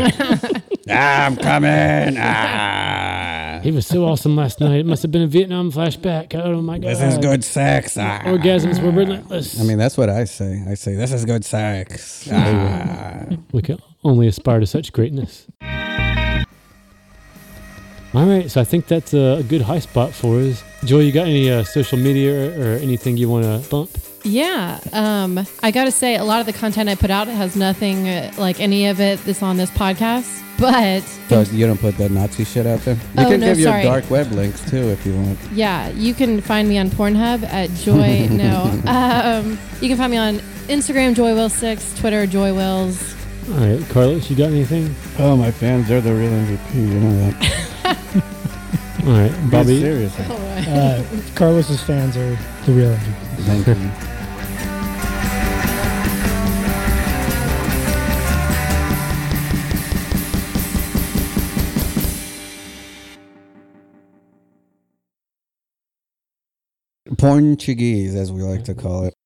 Speaker 4: ah I'm coming. Ah,
Speaker 2: He was so awesome last night. It must have been a Vietnam flashback. Oh my god.
Speaker 4: this is good sex. Ah.
Speaker 2: Orgasms were relentless.
Speaker 4: I mean, that's what I say. I say, this is good sex. Ah.
Speaker 2: we can only aspire to such greatness. All right, so I think that's a, a good high spot for us. Joy, you got any uh, social media or, or anything you want to bump?
Speaker 3: Yeah, um, I gotta say, a lot of the content I put out has nothing uh, like any of it that's on this podcast. But
Speaker 4: So you don't put that Nazi shit out there? You
Speaker 3: Oh,
Speaker 4: can
Speaker 3: no,
Speaker 4: give
Speaker 3: sorry.
Speaker 4: your dark web links too if you want.
Speaker 3: yeah, you can find me on Pornhub at Joy. no, um, you can find me on Instagram Joy Wills Six, Twitter Joy Wills.
Speaker 2: All right, Carlos, you got anything?
Speaker 4: Oh, my fans, they're the real MVP. You know that.
Speaker 2: All right, Bobby.
Speaker 4: Seriously.
Speaker 1: Uh, Carlos's fans are the real. MVP.
Speaker 4: Thank you. Portuguese, as we like to call it.